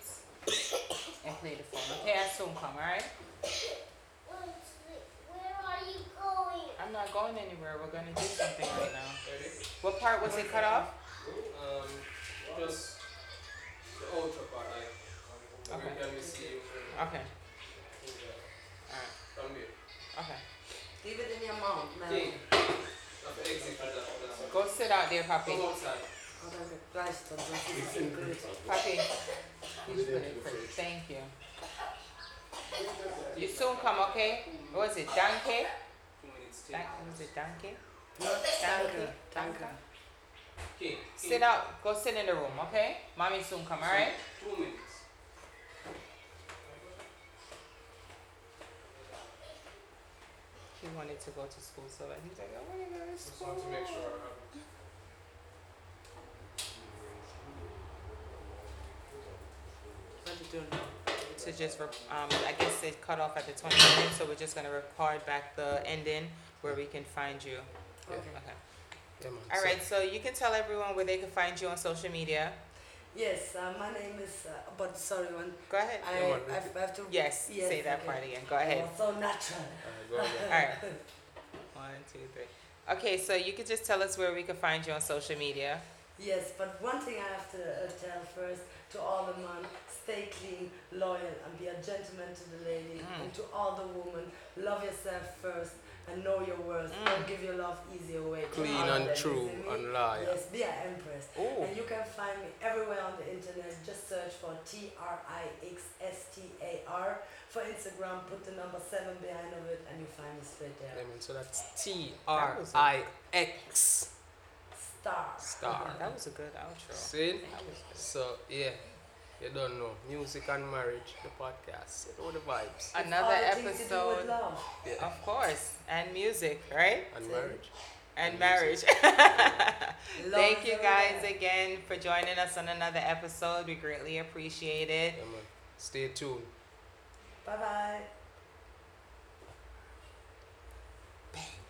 [SPEAKER 1] and play the phone. Okay, I soon come, alright?
[SPEAKER 4] Where are you going?
[SPEAKER 1] I'm not going anywhere. We're gonna do something right now.
[SPEAKER 2] Ready?
[SPEAKER 1] What part was it cut off?
[SPEAKER 2] Um, just the outro part, like,
[SPEAKER 1] Okay.
[SPEAKER 2] every time you see you from,
[SPEAKER 1] Okay.
[SPEAKER 2] from here.
[SPEAKER 1] Okay.
[SPEAKER 3] Leave it in your mouth,
[SPEAKER 1] Um,
[SPEAKER 3] man.
[SPEAKER 2] King, have to exit with that, that's all.
[SPEAKER 1] Go sit out there, Papi.
[SPEAKER 2] Come outside.
[SPEAKER 3] Oder gleich, dann sonst ist es blöd.
[SPEAKER 1] Papi. You put it first. Thank you. You soon come, okay? What was it? Danke?
[SPEAKER 2] Two minutes,
[SPEAKER 1] Dan-
[SPEAKER 2] King.
[SPEAKER 1] was it Danke?
[SPEAKER 3] Danke, danke.
[SPEAKER 2] King,
[SPEAKER 1] Sit
[SPEAKER 2] King,
[SPEAKER 1] out. Go sit in the room, okay? Mommy soon come, alright?
[SPEAKER 2] two minutes.
[SPEAKER 1] He wanted to go to school so bad. He's like, I want to go to
[SPEAKER 2] Just
[SPEAKER 1] school.
[SPEAKER 2] want to make sure. I have-
[SPEAKER 3] What you doing?
[SPEAKER 1] to just, re- um, I guess it cut off at the 20 minutes, so we're just going to record back the ending where we can find you.
[SPEAKER 3] Okay.
[SPEAKER 1] Okay.
[SPEAKER 2] Yeah, man.
[SPEAKER 1] All
[SPEAKER 2] So-
[SPEAKER 1] right, so you can tell everyone where they can find you on social media.
[SPEAKER 3] Yes, uh, my name is, uh, but sorry, one.
[SPEAKER 1] Go ahead.
[SPEAKER 3] I,
[SPEAKER 2] Yeah, what-
[SPEAKER 3] I have I have to.
[SPEAKER 1] Yes,
[SPEAKER 3] Yes,
[SPEAKER 1] say that
[SPEAKER 3] okay.
[SPEAKER 1] part again. Go ahead.
[SPEAKER 3] Oh, so natural.
[SPEAKER 2] Uh, go ahead.
[SPEAKER 1] All right. One, two, three. Okay, so you could just tell us where we can find you on social media.
[SPEAKER 3] Yes, but one thing I have to uh, tell first to all the men, stay clean, loyal, and be a gentleman to the lady.
[SPEAKER 1] Mm.
[SPEAKER 3] And to all the women, love yourself first and know your worth.
[SPEAKER 1] Mm.
[SPEAKER 3] Don't give your love easy away.
[SPEAKER 2] Clean
[SPEAKER 3] All of
[SPEAKER 2] and
[SPEAKER 3] them, you
[SPEAKER 2] true
[SPEAKER 3] see me?
[SPEAKER 2] and liar.
[SPEAKER 3] Yes, be an empress.
[SPEAKER 1] Ooh.
[SPEAKER 3] And you can find me everywhere on the internet. Just search for T R I X S T A R. For Instagram, put the number seven behind of it, and you find me straight
[SPEAKER 2] Yeah,
[SPEAKER 3] there.
[SPEAKER 2] man. So that's T
[SPEAKER 1] That
[SPEAKER 2] R
[SPEAKER 1] was a-
[SPEAKER 2] I X
[SPEAKER 3] Star.
[SPEAKER 2] star.
[SPEAKER 1] That was a good outro.
[SPEAKER 2] See?
[SPEAKER 1] That was good.
[SPEAKER 2] So yeah, you don't know music and marriage, the podcast. You know the vibes
[SPEAKER 1] Another
[SPEAKER 3] all the things You do with
[SPEAKER 1] episode,
[SPEAKER 3] love.
[SPEAKER 1] of course, and music, right?
[SPEAKER 2] and
[SPEAKER 3] See?
[SPEAKER 2] marriage.
[SPEAKER 1] And
[SPEAKER 2] And
[SPEAKER 1] marriage.
[SPEAKER 2] music.
[SPEAKER 3] Love
[SPEAKER 1] Thank
[SPEAKER 3] is
[SPEAKER 1] you
[SPEAKER 3] everywhere.
[SPEAKER 1] guys again for joining us on another episode. We greatly appreciate it.
[SPEAKER 2] Yeah, man. Stay tuned.
[SPEAKER 3] Bye bye.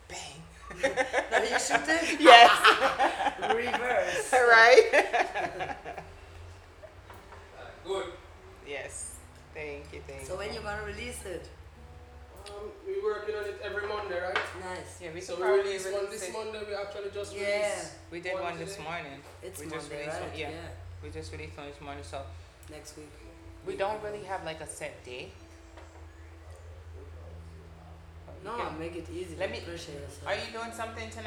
[SPEAKER 1] Bang.
[SPEAKER 3] No, you should do
[SPEAKER 1] Yes,
[SPEAKER 3] reverse.
[SPEAKER 1] right?
[SPEAKER 2] Uh, good.
[SPEAKER 1] Yes. Thank you, thank
[SPEAKER 3] So
[SPEAKER 1] you.
[SPEAKER 3] when you gonna release it?
[SPEAKER 2] Um, we working on it every Monday, right?
[SPEAKER 3] Nice.
[SPEAKER 1] Yeah, we
[SPEAKER 2] so
[SPEAKER 1] could
[SPEAKER 2] we
[SPEAKER 1] probably
[SPEAKER 2] release one this
[SPEAKER 1] it.
[SPEAKER 2] Monday. We actually just
[SPEAKER 3] Yeah.
[SPEAKER 2] released.
[SPEAKER 1] We did
[SPEAKER 2] one
[SPEAKER 1] one this
[SPEAKER 2] today.
[SPEAKER 1] morning.
[SPEAKER 3] It's
[SPEAKER 1] We just
[SPEAKER 3] Monday,
[SPEAKER 1] released
[SPEAKER 3] right?
[SPEAKER 1] one, yeah. We just released one this morning, so
[SPEAKER 3] Next week.
[SPEAKER 1] We don't really have like a set day.
[SPEAKER 3] No,
[SPEAKER 1] Okay.
[SPEAKER 3] make it easy.
[SPEAKER 1] Let
[SPEAKER 3] Don't
[SPEAKER 1] me-
[SPEAKER 3] pressure yourself.
[SPEAKER 1] Are you doing something tonight?